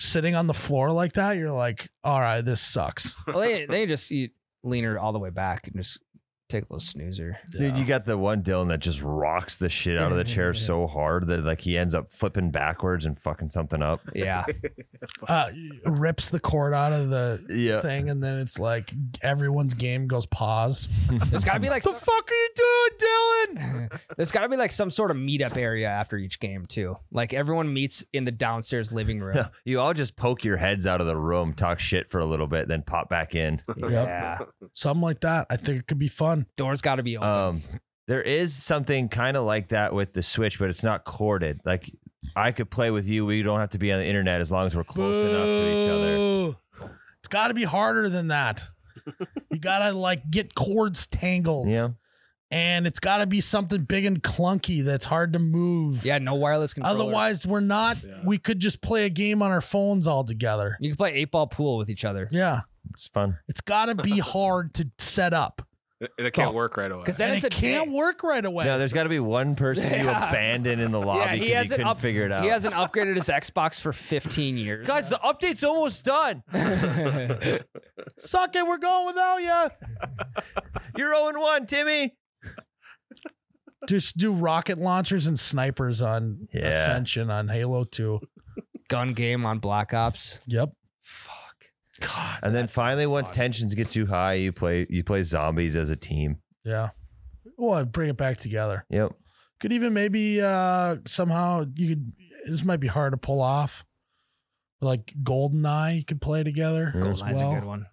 S1: sitting on the floor like that, you're like, all right, this sucks.
S2: well, they, they just you lean her all the way back and just take a little snoozer.
S3: dude, you got the one Dylan that just rocks the shit out of the chair (laughs) so hard that like he ends up flipping backwards and fucking something up.
S2: Yeah.
S1: Uh, rips the cord out of the
S2: (laughs)
S3: Yeah,
S1: thing, and then it's like everyone's game goes
S3: (laughs)
S1: paused.
S2: There's got to be like
S1: the
S2: some,
S1: fuck are you doing, Dylan?
S2: (laughs) there's got to be like some sort of meetup area after each game too. Like everyone meets in the downstairs living room.
S3: Yeah, you all just poke your heads out of the room, talk shit for a little bit, then pop back in.
S2: Oh, Yeah.
S1: Something like that. I think it could be fun.
S2: Doors got to be open.
S3: Um, there is something kind of like that with the Switch, but it's not corded. Like I could play with you. We don't have to be on the internet as long as we're close enough to each other.
S1: Boo. It's got to be harder than
S3: (laughs)
S1: that. you got to like get cords tangled.
S3: Yeah,
S1: And it's got to be something big and clunky that's hard to move.
S2: yeah, no wireless controllers.
S1: Otherwise, we're not,
S4: Yeah.
S1: we could just play a game on our phones all together.
S2: you can play eight ball pool with each other.
S1: Yeah.
S3: it's fun.
S1: It's got to
S3: (laughs)
S1: be hard to set up.
S4: And it can't work right away.
S2: 'Cause
S4: (laughs)
S2: that- Then
S1: and
S2: it's
S1: it
S2: a day.
S1: can't work right away.
S3: No, there's got to be one person you
S2: Yeah.
S3: abandon in the
S2: (laughs) Yeah,
S3: lobby
S2: he
S3: because he,
S2: hasn't
S3: couldn't
S2: up-
S3: figure it out.
S2: He hasn't upgraded his Xbox for 15 years.
S3: Guys, the update's almost done.
S1: Suck it. We're going without you.
S3: (laughs) You're 0 1, Timmy.
S1: just do rocket launchers and snipers on
S3: Yeah.
S1: Ascension on Halo 2.
S2: (laughs) Gun game on Black Ops.
S1: Yep.
S2: Fuck.
S1: God.
S3: And then
S2: That sounds
S3: finally, once
S2: fun.
S3: tensions get too high, you play you play zombies as a team.
S1: Yeah. Well, I'd bring it back together.
S3: Yep.
S1: Could even maybe uh somehow you could this might be hard to pull off. Like GoldenEye, you could play together
S3: Yeah.
S1: as
S2: Mm. Goldeneye's a good
S1: well.
S2: one.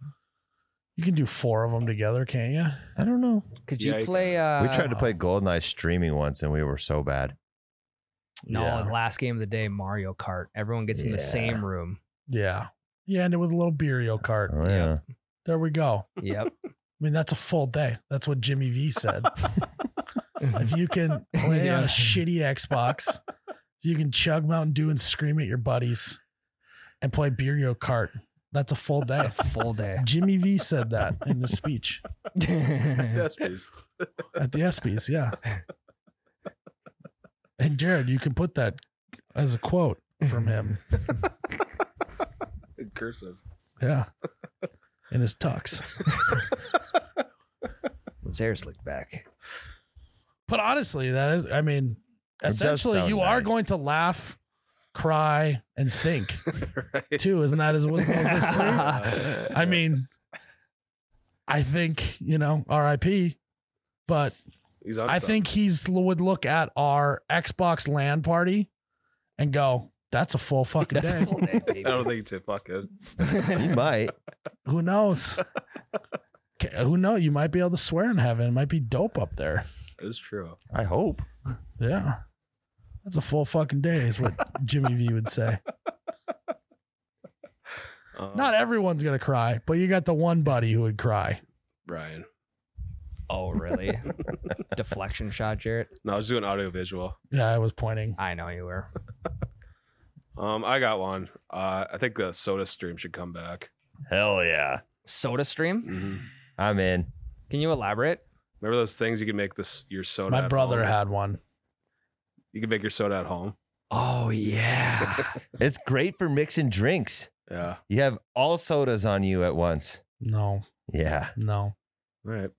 S1: You can do four of them together, can't you?
S3: I don't know.
S2: Could
S4: Yeah,
S2: you
S4: you
S2: play? Uh,
S3: we tried to play GoldenEye streaming once, and we were so bad.
S2: No,
S1: Yeah.
S2: last game of the day, Mario Kart. Everyone gets in the
S3: Yeah.
S2: same room.
S1: Yeah. Yeah, and it with a little burial cart.
S3: Oh, yeah.
S1: There we go.
S2: Yep.
S1: I mean, that's a full day. That's what Jimmy V said. if you can play on
S2: Yeah.
S1: a shitty Xbox, if you can chug Mountain Dew and scream at your buddies and play Burial Kart, that's a full day.
S2: (laughs)
S1: (laughs)
S2: Full day.
S1: Jimmy V said that in the speech
S4: yes, please.
S1: at the ESPYs. Yeah. And Jared, you can put that as a quote from
S3: (laughs)
S1: him.
S4: In cursive.
S1: Yeah. In his tux.
S2: Let's hair slick back.
S1: But honestly, that is, I mean,
S3: It does
S1: essentially,
S3: sound
S1: you are
S3: nice.
S1: going to laugh, cry, and
S3: (laughs)
S1: think
S4: (laughs) (laughs) right? Uh,
S1: too. Isn't that his? Wasn't those his three? I mean, I think you know, R.I.P. But
S4: He's on
S1: I
S4: something.
S1: think he's would look at our Xbox LAN party and go, "That's a full
S3: (laughs)
S1: fucking
S2: That's
S1: day."
S2: a full (laughs) day,
S4: I don't
S2: baby.
S4: think it's a fucking.
S3: he might.
S1: Who knows? K- Who know? You might be able to swear in heaven. It might be dope up there.
S4: That is true.
S3: I hope.
S1: Yeah, that's a full fucking day, is (laughs) what Jimmy V would say.
S4: Um,
S1: Not everyone's gonna cry, but you got the one buddy who would cry.
S4: Brian.
S2: oh, really? Deflection shot, Jarrett.
S4: No, I was doing audio visual.
S1: Yeah, I was pointing.
S2: I know you were.
S4: Um, I got one. Uh, I think the Soda Stream should come back.
S3: Hell yeah.
S2: Soda stream?
S3: I'm in.
S2: Can you elaborate?
S4: Remember those things you can make this your soda.
S1: My
S4: at
S1: brother
S4: home?
S1: had one.
S4: You can make your soda at home.
S2: Oh (laughs) yeah.
S3: It's great for mixing drinks.
S4: Yeah.
S3: You have all sodas on you at once.
S1: No,
S3: Yeah.
S1: no.
S4: All right.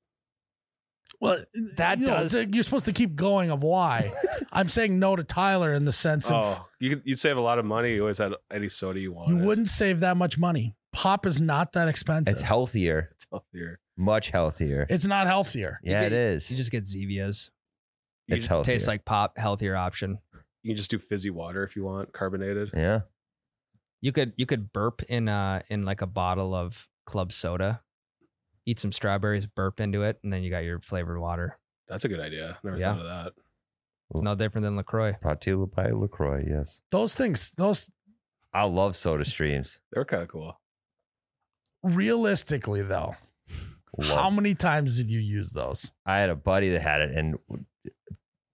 S1: Well,
S2: That
S1: you
S2: does-
S1: you're supposed to keep going of (laughs) why. I'm saying no to Tyler in the sense of
S4: Oh, you could, you'd save a lot of money. You always had any soda you wanted.
S1: you wouldn't save that much money. Pop is not that expensive.
S3: It's
S1: It's,
S3: healthier,
S4: It's healthier.
S3: much healthier.
S1: not healthier.
S3: yeah, it is.
S2: you just get Zevias.
S4: You
S3: it's
S4: can,
S3: healthier.
S2: Tastes like pop, healthier option.
S4: you can just do fizzy water if you want, carbonated.
S3: yeah.
S2: You could you could burp in uh in like a bottle of club soda, eat some strawberries, burp into it, and then you got your flavored water.
S4: That's a good idea. Never
S2: Yeah.
S4: thought of that.
S2: It's no different than Lacroix.
S3: Brought to you by LaCroix, yes.
S1: Those things, those
S3: I love soda streams.
S4: They were kind of cool.
S1: realistically though,
S3: Love
S1: how many times did you use those?
S3: I had a buddy that had it, and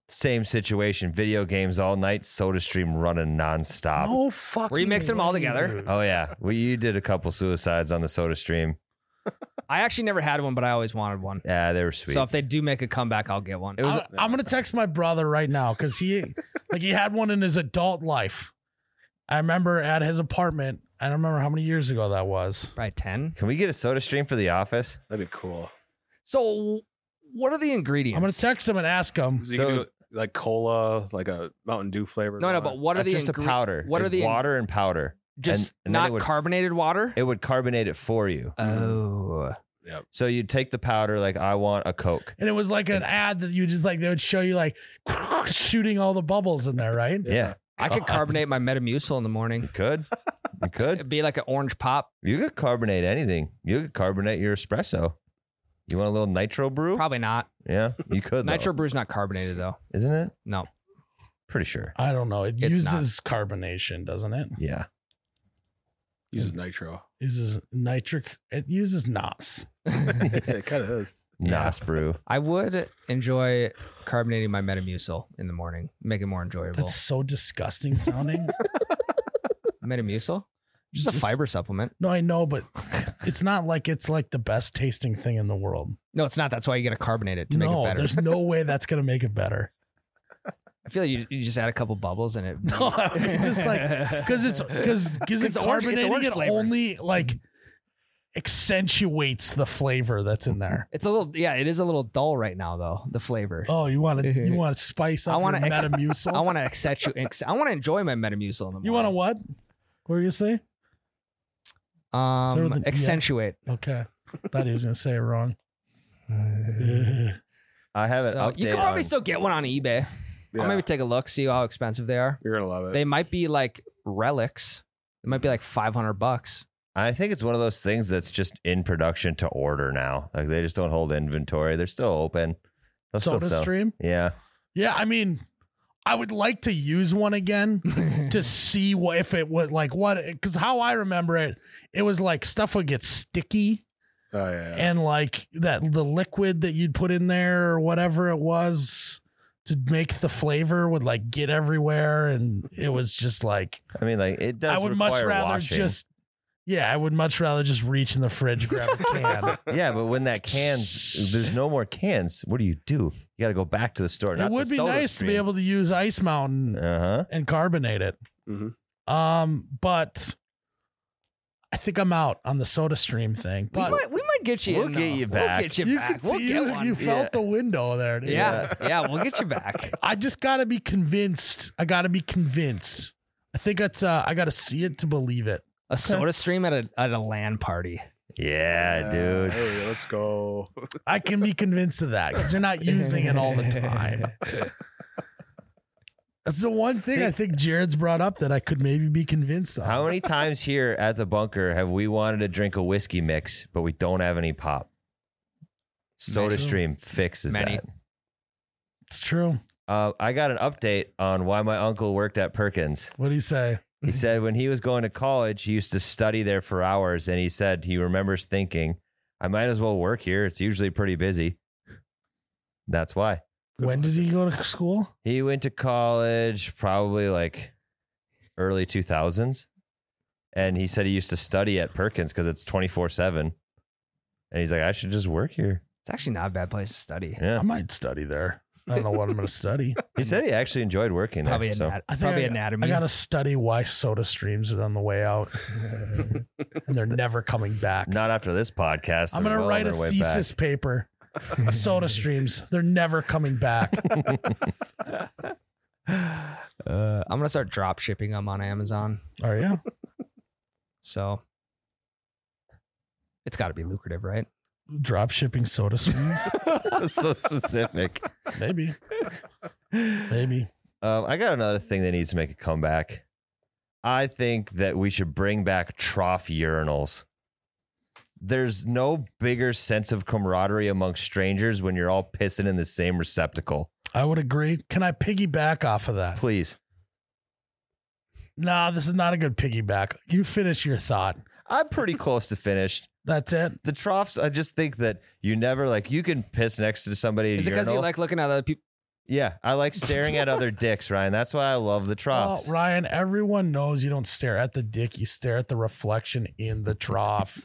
S3: same situation. Video games all night, Soda Stream running nonstop.
S1: no fucking.
S2: Were you mixing them all
S1: way,
S2: together?
S1: dude.
S3: Oh yeah, well, you did a couple suicides on the Soda Stream.
S2: I actually never had one, but I always wanted one.
S3: Yeah, they were sweet.
S2: So if they do make a comeback, I'll get one.
S3: It was-
S1: I, I'm gonna text my brother right now because he like he had one in his adult life. I remember at his apartment. I don't remember how many years ago that was.
S2: Probably ten.
S3: Can we get a Soda Stream for the office?
S4: That'd be cool.
S2: So what are the ingredients?
S1: I'm gonna text him and ask him.
S4: So you
S3: So
S4: can do
S3: is-
S4: like cola, like a Mountain Dew flavor.
S2: No, no, but what are
S3: Uh,
S2: the
S3: just
S2: ingre-
S3: a powder?
S2: What are
S3: It's
S2: the in-
S3: water and powder?
S2: just
S3: and then it
S2: not
S3: would-
S2: carbonated water?
S3: It would carbonate it for you.
S2: oh.
S3: So you'd take the powder, like I want a Coke.
S1: And it was like an ad that you just like they would show you like (laughs) shooting all the bubbles in there, right?
S3: Yeah,
S2: I
S3: (laughs)
S2: could carbonate my Metamucil in the morning.
S3: you could. You
S2: (laughs)
S3: could.
S2: It'd be like an orange pop.
S3: You could carbonate anything. You could carbonate your espresso. You want a little nitro brew?
S2: Probably not.
S3: Yeah, you could. though.
S2: Nitro Brew's not carbonated though.
S3: isn't it?
S2: No.
S3: Pretty sure.
S1: I don't know. It
S2: It's
S1: uses carbonation, doesn't it?
S3: Yeah.
S4: uses nitro.
S1: uses nitric. It uses NOS.
S4: it kind of is.
S2: Yeah.
S3: Nas brew.
S2: I would enjoy carbonating my Metamucil in the morning. Make it more enjoyable.
S1: That's so disgusting sounding.
S2: Metamucil? Just a
S1: Just-
S2: fiber supplement.
S1: no, I know, but it's not like it's like the best tasting thing in the world.
S2: No, it's not. That's why you gotta carbonate it to
S1: no,
S2: make it better.
S1: there's no way that's gonna make it better.
S2: I feel like you, you just add a couple bubbles and
S1: (laughs)
S2: it
S1: No, I mean, (laughs) just like- Because it's because because
S2: It's orange- it's
S1: carbonating
S2: orange
S1: it
S2: flavored.
S1: only like accentuates the flavor that's in there.
S2: it's a little yeah, it is a little dull right now though, the flavor.
S1: Oh, you want to you want to spice up
S2: I
S1: (laughs) I
S2: wanna
S1: your
S2: ex-
S1: Metamucil?
S2: I want to accept you. ex- I want to enjoy my Metamucil in the morning.
S1: you want to what? What were you say?
S2: to um,
S1: Sort of the- yeah.
S2: accentuate?
S1: Okay, thought he was gonna say it wrong.
S3: I have an
S2: So
S3: update.
S2: you can probably
S3: on-
S2: still get one on eBay.
S4: Yeah,
S2: I'll maybe take a look, see how expensive they are.
S4: You're gonna love it.
S2: They might be like relics. It might be like five hundred bucks.
S3: I think it's one of those things that's just in production to order now. Like they just don't hold inventory. They're still open. They'll still
S1: Soda
S3: sell.
S1: Stream.
S3: Yeah.
S1: Yeah, I mean, I would like to use one again to see what if it was like what because how I remember it, it was like stuff would get sticky
S4: oh yeah. yeah.
S1: and like that the liquid that you'd put in there or whatever it was to make the flavor would like get everywhere and it was just like
S3: I mean, like it does.
S1: I would much
S3: require
S1: rather
S3: washing.
S1: just yeah I would much rather just reach in the fridge grab a can.
S3: (laughs) Yeah, but when that can, there's no more cans. What do you do? You got to go back to the store.
S1: it would be nice to be able to use Ice Mountain
S3: Uh huh.
S1: and carbonate it.
S3: Mm-hmm.
S4: Mhm.
S1: Um, but I think I'm out on the soda stream thing.
S2: we,
S1: But
S2: might, we might get you.
S3: We'll
S2: in,
S3: get
S2: though.
S3: you back.
S2: We'll get you,
S1: you
S2: back.
S1: can
S2: We'll
S1: see
S2: get
S1: you,
S2: one.
S1: you felt the window there. Dude. (laughs)
S2: yeah, yeah, we'll get you back.
S1: I just gotta be convinced. I gotta be convinced. I think it's uh, I got to see it to believe it.
S2: A soda stream at a at a land party.
S3: Yeah, dude.
S4: Hey, let's go.
S1: I can be convinced of that because you're not using it all the
S3: (laughs)
S1: time. That's the one thing I think Jared's brought up that I could maybe be convinced of.
S3: How many times here at the bunker have we wanted to drink a whiskey mix, but we don't have any pop? Soda
S1: Many.
S3: Stream fixes
S2: Many.
S3: that.
S1: It's true.
S3: Uh, I got an update on why my uncle worked at Perkins.
S1: What do you say?
S3: He said when he was going to college, he used to study there for hours, and he said he remembers thinking, "I might as well work here. It's usually pretty busy." That's why
S1: When did he go to school?
S3: he went to college, probably like early two thousands, and he said he used to study at Perkins because it's twenty four seven, and he's like, "I should just work here."
S2: It's actually not a bad place to study.
S1: I
S3: Yeah,
S1: might study there. I don't know what I'm going to
S3: (laughs)
S1: study.
S3: he said he actually enjoyed working there.
S2: Probably,
S3: so.
S2: anat-
S1: I think
S2: probably
S1: I-
S2: anatomy.
S1: I got to study why soda streams are on the way
S3: (laughs)
S1: out and they're never coming back.
S3: Not after this podcast.
S1: I'm
S3: They're
S1: going to
S3: well on
S1: write a
S3: their way
S1: thesis paper.
S3: (laughs)
S1: soda streams, they're never coming (laughs) back.
S2: Uh, I'm gonna start drop shipping them on Amazon.
S1: Are you?
S2: So it's got to be
S1: (gasps)
S2: lucrative, right?
S1: Drop shipping soda streams?
S3: back. (laughs) so specific.
S1: Maybe. Maybe.
S3: Um, I got another thing that needs to make a comeback. I think that we should bring back trough urinals. There's no bigger sense of camaraderie amongst strangers when you're all pissing in the same receptacle.
S1: I would agree. Can I piggyback off of that?
S3: Please.
S1: Nah, this is not a good piggyback. You finish your thought.
S3: I'm pretty close to finished.
S1: That's it.
S3: The troughs, I just think that you never like you can piss next to somebody. at a
S2: Is it because you
S3: urinal.
S2: like looking at other people?
S3: Yeah, I like staring at other dicks, Ryan. That's why I love the troughs.
S1: Oh, Ryan, everyone knows you don't stare at the dick, you stare at the reflection in the
S3: (laughs)
S1: trough.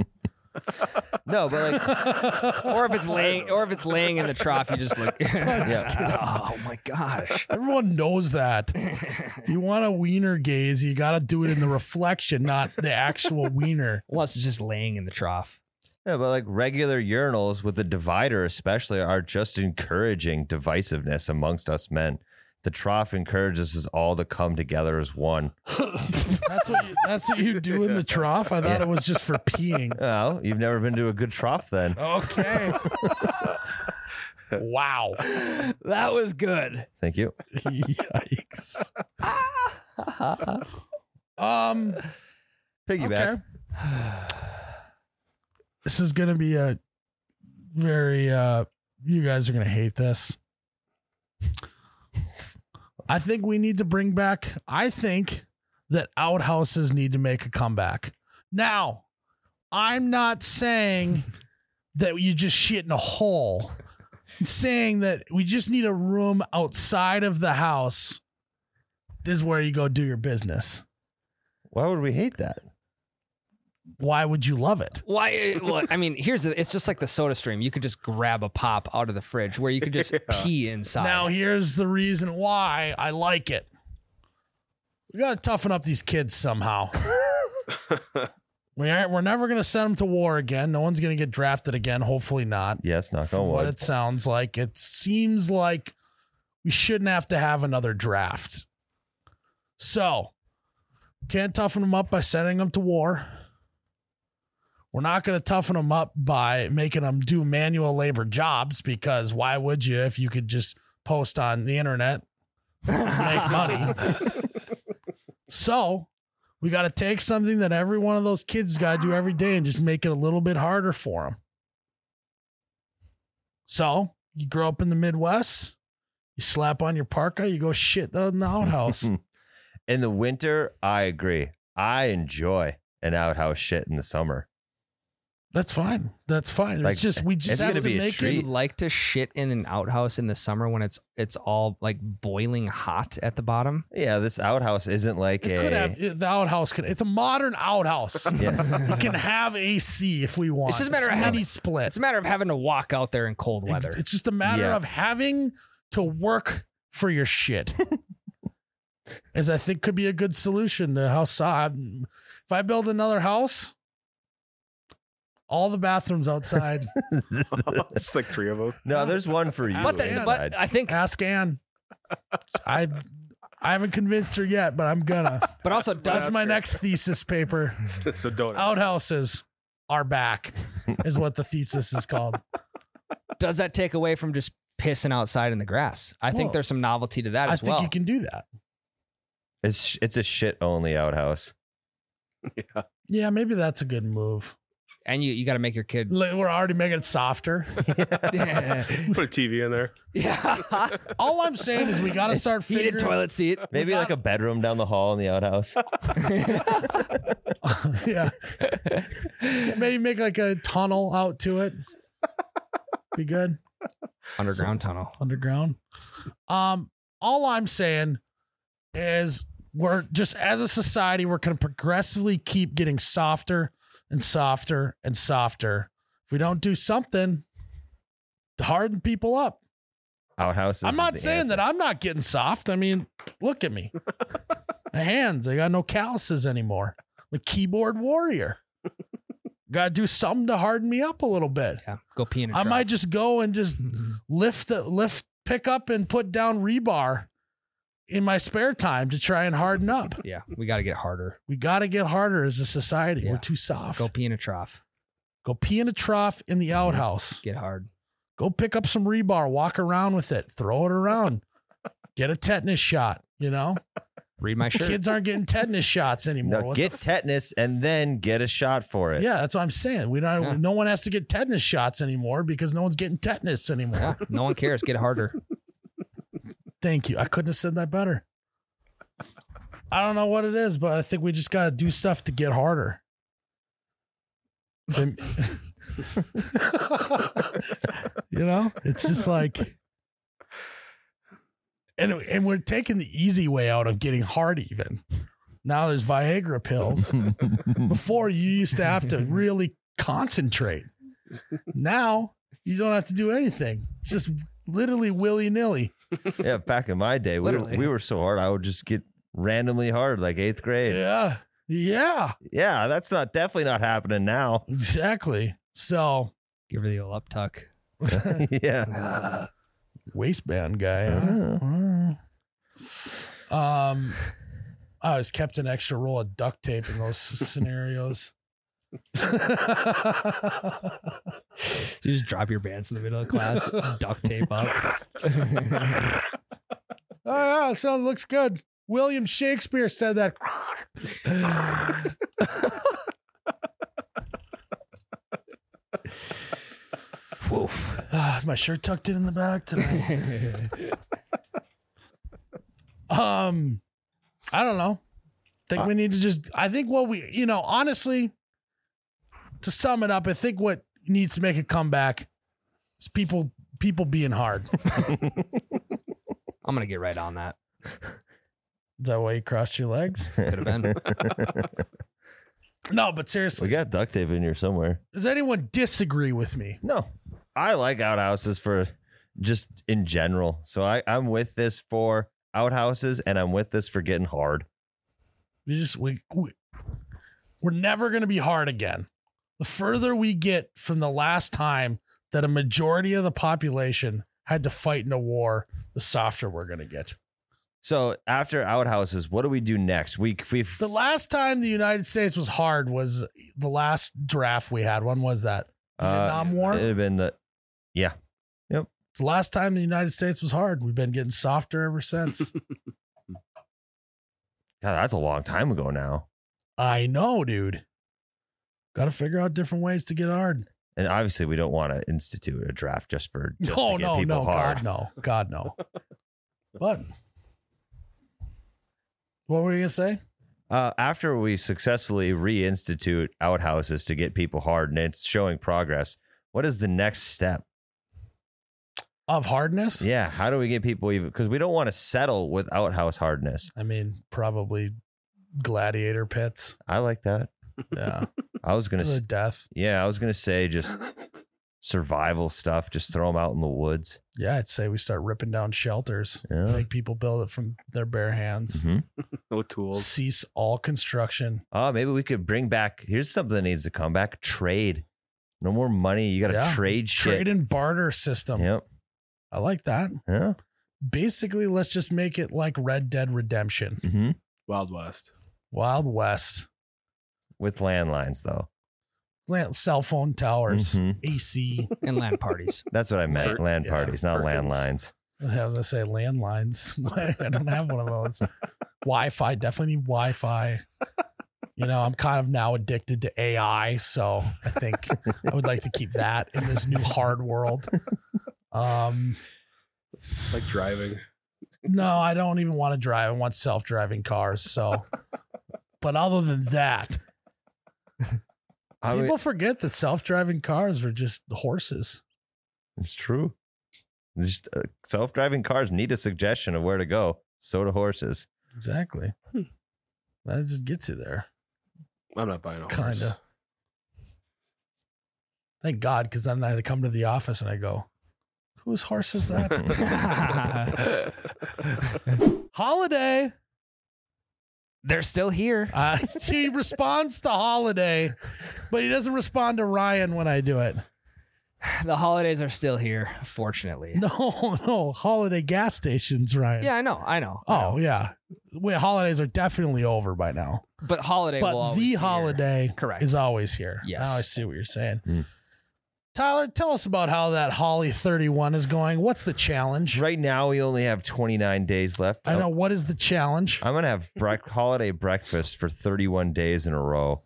S3: No, but like
S2: Or if it's laying, or if it's laying in the trough, you
S1: (laughs)
S2: just look. (laughs) oh my gosh! (laughs)
S1: everyone knows that. If you want a wiener gaze, you got to do it in the reflection, not the
S3: (laughs)
S1: actual wiener.
S2: Unless it's just laying in the trough.
S3: Yeah, but like regular urinals with a divider, especially, are just encouraging divisiveness amongst us men. The trough encourages us all to come together as one.
S1: That's what you, that's what you do in the trough. I thought it was just for peeing.
S3: Well, you've never been to a good trough then.
S1: Okay. wow.
S2: That was good.
S3: Thank you.
S1: (laughs) Yikes. Um.
S3: Piggyback.
S1: Okay. This is gonna be a very uh you guys are gonna hate this. I think we need to bring back I think that outhouses need to make a comeback. Now, I'm not saying (laughs) that you just shit in a hole. I'm saying that we just need a room outside of the house. This is where you go do your business.
S3: Why would we hate that?
S1: Why would you love it?
S2: Why? uh, Well, I mean, here's the, it's just like the soda stream. You could just grab a pop out of the fridge where you could just pee inside.
S1: Now here's the reason why I like it. We gotta toughen up these kids somehow. we aren't, we're never gonna send them to war again. No one's gonna get drafted again. Hopefully not.
S3: Yes, knock
S1: From
S3: on
S1: what
S3: wood.
S1: it sounds like, it seems like we shouldn't have to have another draft. So can't toughen them up by sending them to war. We're not going to toughen them up by making them do manual labor jobs because why would you if you could just post on the internet make money. so we got to take something that every one of those kids got to do every day and just make it a little bit harder for them. So you grow up in the Midwest, you slap on your parka, you go shit in the
S3: (laughs)
S1: outhouse.
S3: in the winter, I agree. I enjoy an outhouse shit in the summer.
S1: That's fine. That's fine.
S3: Like,
S1: it's just we just
S3: it's
S1: have
S3: gonna
S1: to
S3: be a
S1: make
S2: Do you
S1: it.
S3: treat.
S2: like to shit in an outhouse in the summer when it's it's all like boiling hot at the bottom?
S3: Yeah, this outhouse isn't like
S1: It
S3: a.
S1: could
S3: (laughs)
S1: have the outhouse. Could it's a modern outhouse. it
S3: yeah.
S1: can have AC if we want.
S2: just a matter of how-
S1: mini split.
S2: It's a matter of having to walk out there in cold weather.
S1: It's just a matter
S3: Yeah.
S1: of having to work for your shit.
S3: (laughs)
S1: As I think could be a good solution to how so- I'm- if I build another house, all the
S3: (laughs)
S1: bathrooms outside.
S4: (laughs) it's like three of them.
S1: (laughs)
S3: No, there's one for you.
S1: But
S2: but, the-
S1: the-
S3: inside.
S2: but I think
S1: Ask Ann. I I haven't convinced her yet, but I'm
S2: (laughs)
S1: gonna.
S2: But also, does
S1: That's
S4: ask
S1: my
S4: her.
S1: next thesis paper.
S4: so don't.
S2: Oh,
S4: (laughs) ask.
S1: Outhouses are back, is what the thesis is
S2: (laughs)
S1: called.
S2: does that take away from just pissing outside in the grass? I think
S1: Well,
S2: there's some novelty to that
S1: I
S2: as
S1: think
S2: well.
S1: you can do that.
S3: It's it's a shit only outhouse.
S1: Yeah, maybe that's a good move.
S2: and you, you got to make
S1: (laughs)
S2: your kid. (laughs)
S1: Like, We're already making it softer.
S2: yeah.
S4: Put a TV
S2: (laughs)
S4: in there.
S1: All I'm saying is we got to start
S2: Heated
S1: figuring.
S2: toilet seat. (laughs)
S3: Maybe
S1: Without-
S3: like a bedroom down the hall in the outhouse.
S1: (laughs)
S2: (laughs)
S1: yeah, maybe make like a tunnel out to it. Be good.
S2: Underground tunnel.
S1: underground. Um, all I'm saying is we're just as a society, we're gonna progressively keep getting softer and softer and softer. If we don't do something to harden people up.
S3: Outhouses.
S1: I'm
S3: is
S1: not
S3: the
S1: saying
S3: answer.
S1: that I'm not getting soft. I mean, look at
S3: (laughs)
S1: me. My hands, I got no calluses anymore. I'm a keyboard
S3: (laughs)
S1: warrior. gotta do something to harden me up a little bit.
S2: Yeah. Go pee in a
S1: I
S2: trough.
S1: might just go and just lift lift pick up and put down rebar in my spare time to try and harden up.
S2: Yeah. We got to get harder.
S1: We got to get harder as a society. We're
S2: Yeah.
S1: too soft. Mm-hmm.
S2: Go
S1: Go,
S2: pee in a trough.
S1: pee in a trough in the outhouse.
S2: Get hard.
S1: Go pick up some rebar, walk around with it, throw it around. (laughs) Get a tetanus shot, you know?
S2: Read my shirt.
S1: Kids aren't getting tetanus shots anymore.
S3: No,
S1: What
S3: get
S1: the f-
S3: tetanus and then get a shot for it.
S1: Yeah, that's what I'm saying. We don't
S2: Yeah.
S1: no one has to get tetanus shots anymore because no one's getting tetanus anymore. (laughs)
S2: Yeah. No one cares. Get harder.
S1: Thank you. I couldn't have said that better. I don't know what it is, but I think we just got to do stuff to get harder. Then- (laughs) you know, it's just like, and and we're taking the easy way out of getting hard. Even now, there's Viagra pills. Before you used to have to really concentrate. Now you don't have to do anything. It's just literally willy nilly.
S3: Yeah, back in my day, we were,
S2: Literally.
S3: we were so hard. I would just get randomly hard, like eighth grade. Yeah,
S1: Yeah. Yeah.
S3: that's not definitely not happening
S1: (laughs)
S3: now.
S1: Exactly. So
S2: Give her the old up tuck.
S3: (laughs) yeah.
S1: waistband guy. Uh-huh. huh? Um I always kept an extra roll of duct tape in those scenarios.
S2: You just drop your pants in the middle of
S1: (laughs)
S2: class. duct tape up.
S1: (laughs)
S2: (laughs)
S1: Oh yeah, so it looks good. William Shakespeare said that. (sighs) Woof. Ah, is my shirt tucked in in the back today? um, I don't know. think we need to just. I think what we, you know, honestly, to sum it up, I think what needs to make a comeback is people people being hard. Is
S2: I'm gonna get right on that.
S1: that why you crossed your
S3: (laughs)
S1: legs?
S2: Could have been.
S1: No, but seriously,
S3: We got duct tape in here somewhere.
S1: Does anyone disagree with me?
S3: No, I like outhouses for just in general. So I, I'm with this for outhouses and I'm with this for getting hard.
S1: We just we, we we're never going to be hard again. The further we get from the last time that a majority of the population had to fight in a war, the softer we're going to get.
S3: So after outhouses, what do we do next? We we
S1: The last time the United States was hard was the last draft we had. When was that?
S3: Uh,
S1: Vietnam War.
S3: it'd have been the
S1: It's the last time the United States was hard. We've been getting softer ever
S3: (laughs)
S1: since.
S3: God, that's a long time ago now.
S1: I know, dude. Got to figure out different ways to get hard.
S3: And obviously, we don't want to institute a draft just for just
S1: no,
S3: to get
S1: no,
S3: people
S1: no,
S3: hard.
S1: God, no, God,
S3: (laughs)
S1: no. but what were you gonna say?
S3: Uh, after we successfully reinstitute outhouses to get people hard, and it's showing progress. What is the next step?
S1: Of hardness?
S3: Yeah, how do we get people even? Because we don't want to settle with outhouse hardness.
S1: I mean, probably gladiator
S3: (laughs)
S1: pits.
S3: I like that.
S1: Yeah,
S3: I was
S1: to
S3: gonna,
S1: the
S3: s-
S1: death.
S3: yeah, I was gonna say just survival stuff. Just throw them out in the woods.
S1: Yeah, I'd say we start ripping down shelters.
S3: Yeah.
S1: Make people build it from their bare hands.
S3: Mhm.
S4: No tools.
S1: Cease all construction.
S3: Oh, maybe we could bring back. Here's something that needs to come back: trade. No more money. You got to
S1: Yeah.
S3: trade shit.
S1: Trade and barter system.
S3: Yep.
S1: I like that.
S3: Yeah.
S1: basically let's just make it like Red Dead Redemption,
S3: Mm-hmm.
S4: Wild West.
S1: Wild West,
S3: With landlines, though.
S1: lan- cell phone towers,
S3: Mhm.
S1: AC.
S2: and land parties.
S1: (laughs)
S3: That's what I meant.
S4: Per-
S3: Land
S1: yeah,
S3: parties, not
S4: Perkins.
S3: landlines.
S1: I was gonna say landlines. (laughs) Why- I don't have one of those. Wi-Fi, definitely need Wi-Fi. You know, I'm kind of now addicted to AI, so I think I would like to keep that in this new hard world. Um,
S4: Like driving.
S1: no, I don't even want to drive. I want self-driving cars. So, but other than that,
S3: I
S1: people
S3: would-
S1: forget that self-driving cars are just horses.
S3: it's true. Just, uh, self-driving cars need a suggestion of where to go. So do horses.
S1: Exactly. That just gets you there.
S4: I'm not buying a horse.
S1: Kinda. Thank God, because then I come to the office and I go, whose horse is
S3: (laughs)
S1: that?
S2: (laughs)
S1: holiday.
S2: They're still here.
S1: Uh, (laughs) he responds to holiday, but he doesn't respond to Ryan when I do it.
S2: The holidays are still here, fortunately.
S1: No, (laughs) no, holiday gas stations, Ryan.
S2: Yeah, I know, I know. I
S1: Oh,
S2: know.
S1: yeah. Wait, holidays are definitely over by now.
S2: but holiday. will
S1: but
S2: always be
S1: the
S2: here.
S1: holiday
S2: correct.
S1: is always here.
S2: Yes.
S1: Now I see what you're saying.
S3: Hmm.
S1: Tyler, tell us about how that Holly 31 is going. What's the challenge?
S3: Right now, we only have 29 days left.
S1: I know what is the challenge
S3: I'm gonna have brec- holiday breakfast for 31 days in a row.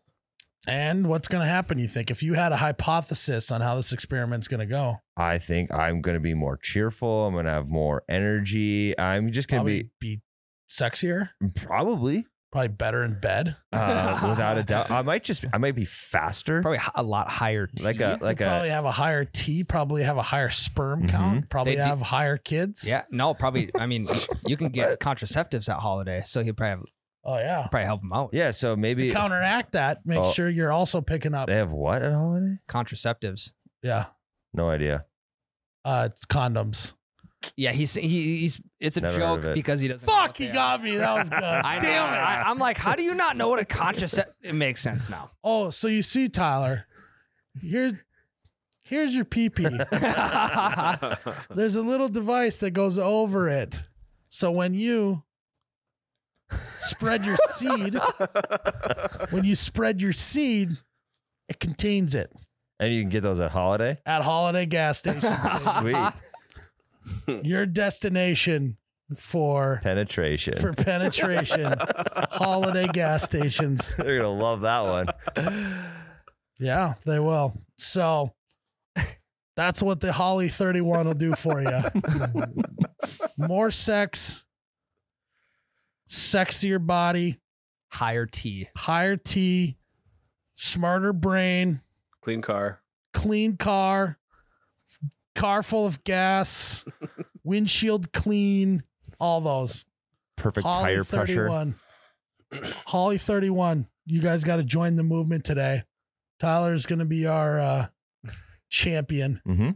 S1: and what's going to happen, you think, if you had a hypothesis on how this experiment's going to go.
S3: I think I'm gonna be more cheerful. I'm gonna have more energy. I'm just gonna
S1: Probably be sexier,
S3: be probably
S1: probably better in bed.
S3: uh, without a doubt. I might just I might be faster,
S2: Probably h- a lot higher. Tea.
S3: like a like a
S1: probably have a higher T, probably have a higher sperm
S3: Mhm.
S1: count, probably
S2: They do-
S1: have higher kids.
S2: yeah, no, probably. I mean, you
S1: (laughs)
S2: can get contraceptives at holiday, so he'll probably
S1: Oh, yeah.
S2: probably help him out.
S3: yeah. So maybe
S1: To counteract that, make
S3: Oh.
S1: sure you're also picking up.
S3: they have what at holiday?
S2: Contraceptives.
S1: Yeah. (laughs)
S3: No idea.
S1: Uh, it's condoms.
S2: Yeah, he's he, he's. It's a
S3: Never heard
S2: joke
S3: of it.
S2: because he doesn't. know
S1: Fuck,
S2: what
S1: he
S2: they
S1: got me. That was good.
S2: are. (laughs) I know.
S1: Damn it.
S2: I, I'm like, how do you not know what a contraceptive? It makes sense
S1: (laughs)
S2: now.
S1: Oh, so you see, Tyler, here's here's your pee
S2: (laughs)
S1: pee. There's a little device that goes over it. So when you spread your
S2: (laughs)
S1: seed, when you spread your seed, it contains it
S3: And you can get those at holiday.
S1: at holiday gas
S2: (laughs)
S1: stations.
S3: Sweet
S1: your destination for (laughs)
S3: penetration. (laughs)
S1: for
S2: (laughs)
S1: penetration, holiday gas stations.
S3: They're gonna love that one.
S1: Yeah, they will. So (laughs) that's what the Holly 31 will do for you. More sex, sexier body,
S2: Higher T.
S1: higher T, smarter brain,
S4: (laughs) Clean car.
S1: clean car, car full of gas, windshield clean, all those.
S3: Perfect tire pressure.
S1: 31. (clears throat) Holly 31. You guys got to join the movement today. Tyler's going to be our uh, champion.
S3: Mm-hmm.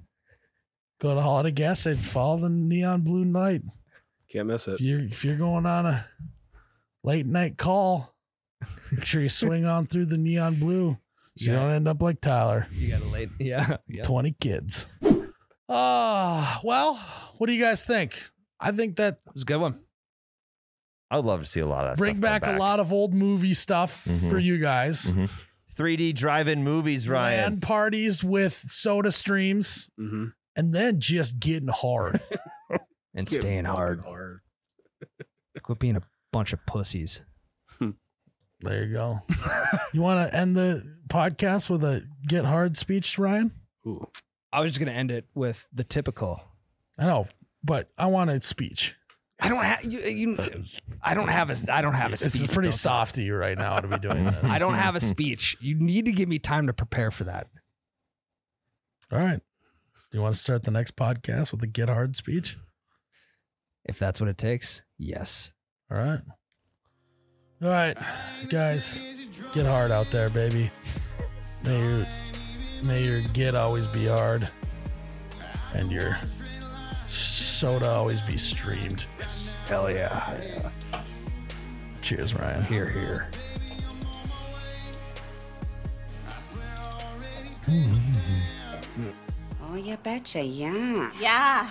S1: Go to Holiday Gas Station. Follow the neon blue light.
S4: Can't miss it.
S1: If you're, if you're going on a late night call, make sure you swing on through the neon blue so you
S2: Yeah.
S1: don't end up like Tyler.
S2: You got a late. (laughs) Yeah. Yeah.
S1: 20 kids. Ah, well, what do you guys think? I think that
S2: It was a good one.
S3: I'd love to see a lot of that.
S1: bring
S3: stuff come
S1: back, a lot of old movie stuff
S3: Mhm.
S1: for you guys.
S3: 3D drive-in movies, Ryan.
S1: LAN parties with soda streams,
S4: Mm-hmm.
S1: and then just getting hard.
S2: And staying hard.
S4: hard.
S2: Quit being a bunch of pussies.
S1: (laughs) there you go. you want to end the podcast with a get hard speech, Ryan?
S4: Ooh.
S2: I was just gonna end it with the typical.
S1: I know, but I want a speech.
S2: I don't have you, you. I don't have a. I don't have a speech.
S1: This is pretty
S2: Don't-
S1: soft to you right now to be doing this.
S2: (laughs) I
S1: (laughs)
S2: don't have a speech. You need to give me time to prepare for that.
S1: All right. Do you want to start the next podcast with a get hard speech?
S2: If that's what it takes, yes.
S1: All right. All right, guys, get hard out there, baby. May your may your get always be hard, and your soda always be streamed.
S2: Hell yeah.
S1: Cheers, Ryan.
S2: Here, here.
S5: Oh, you betcha, yeah.
S6: Yeah.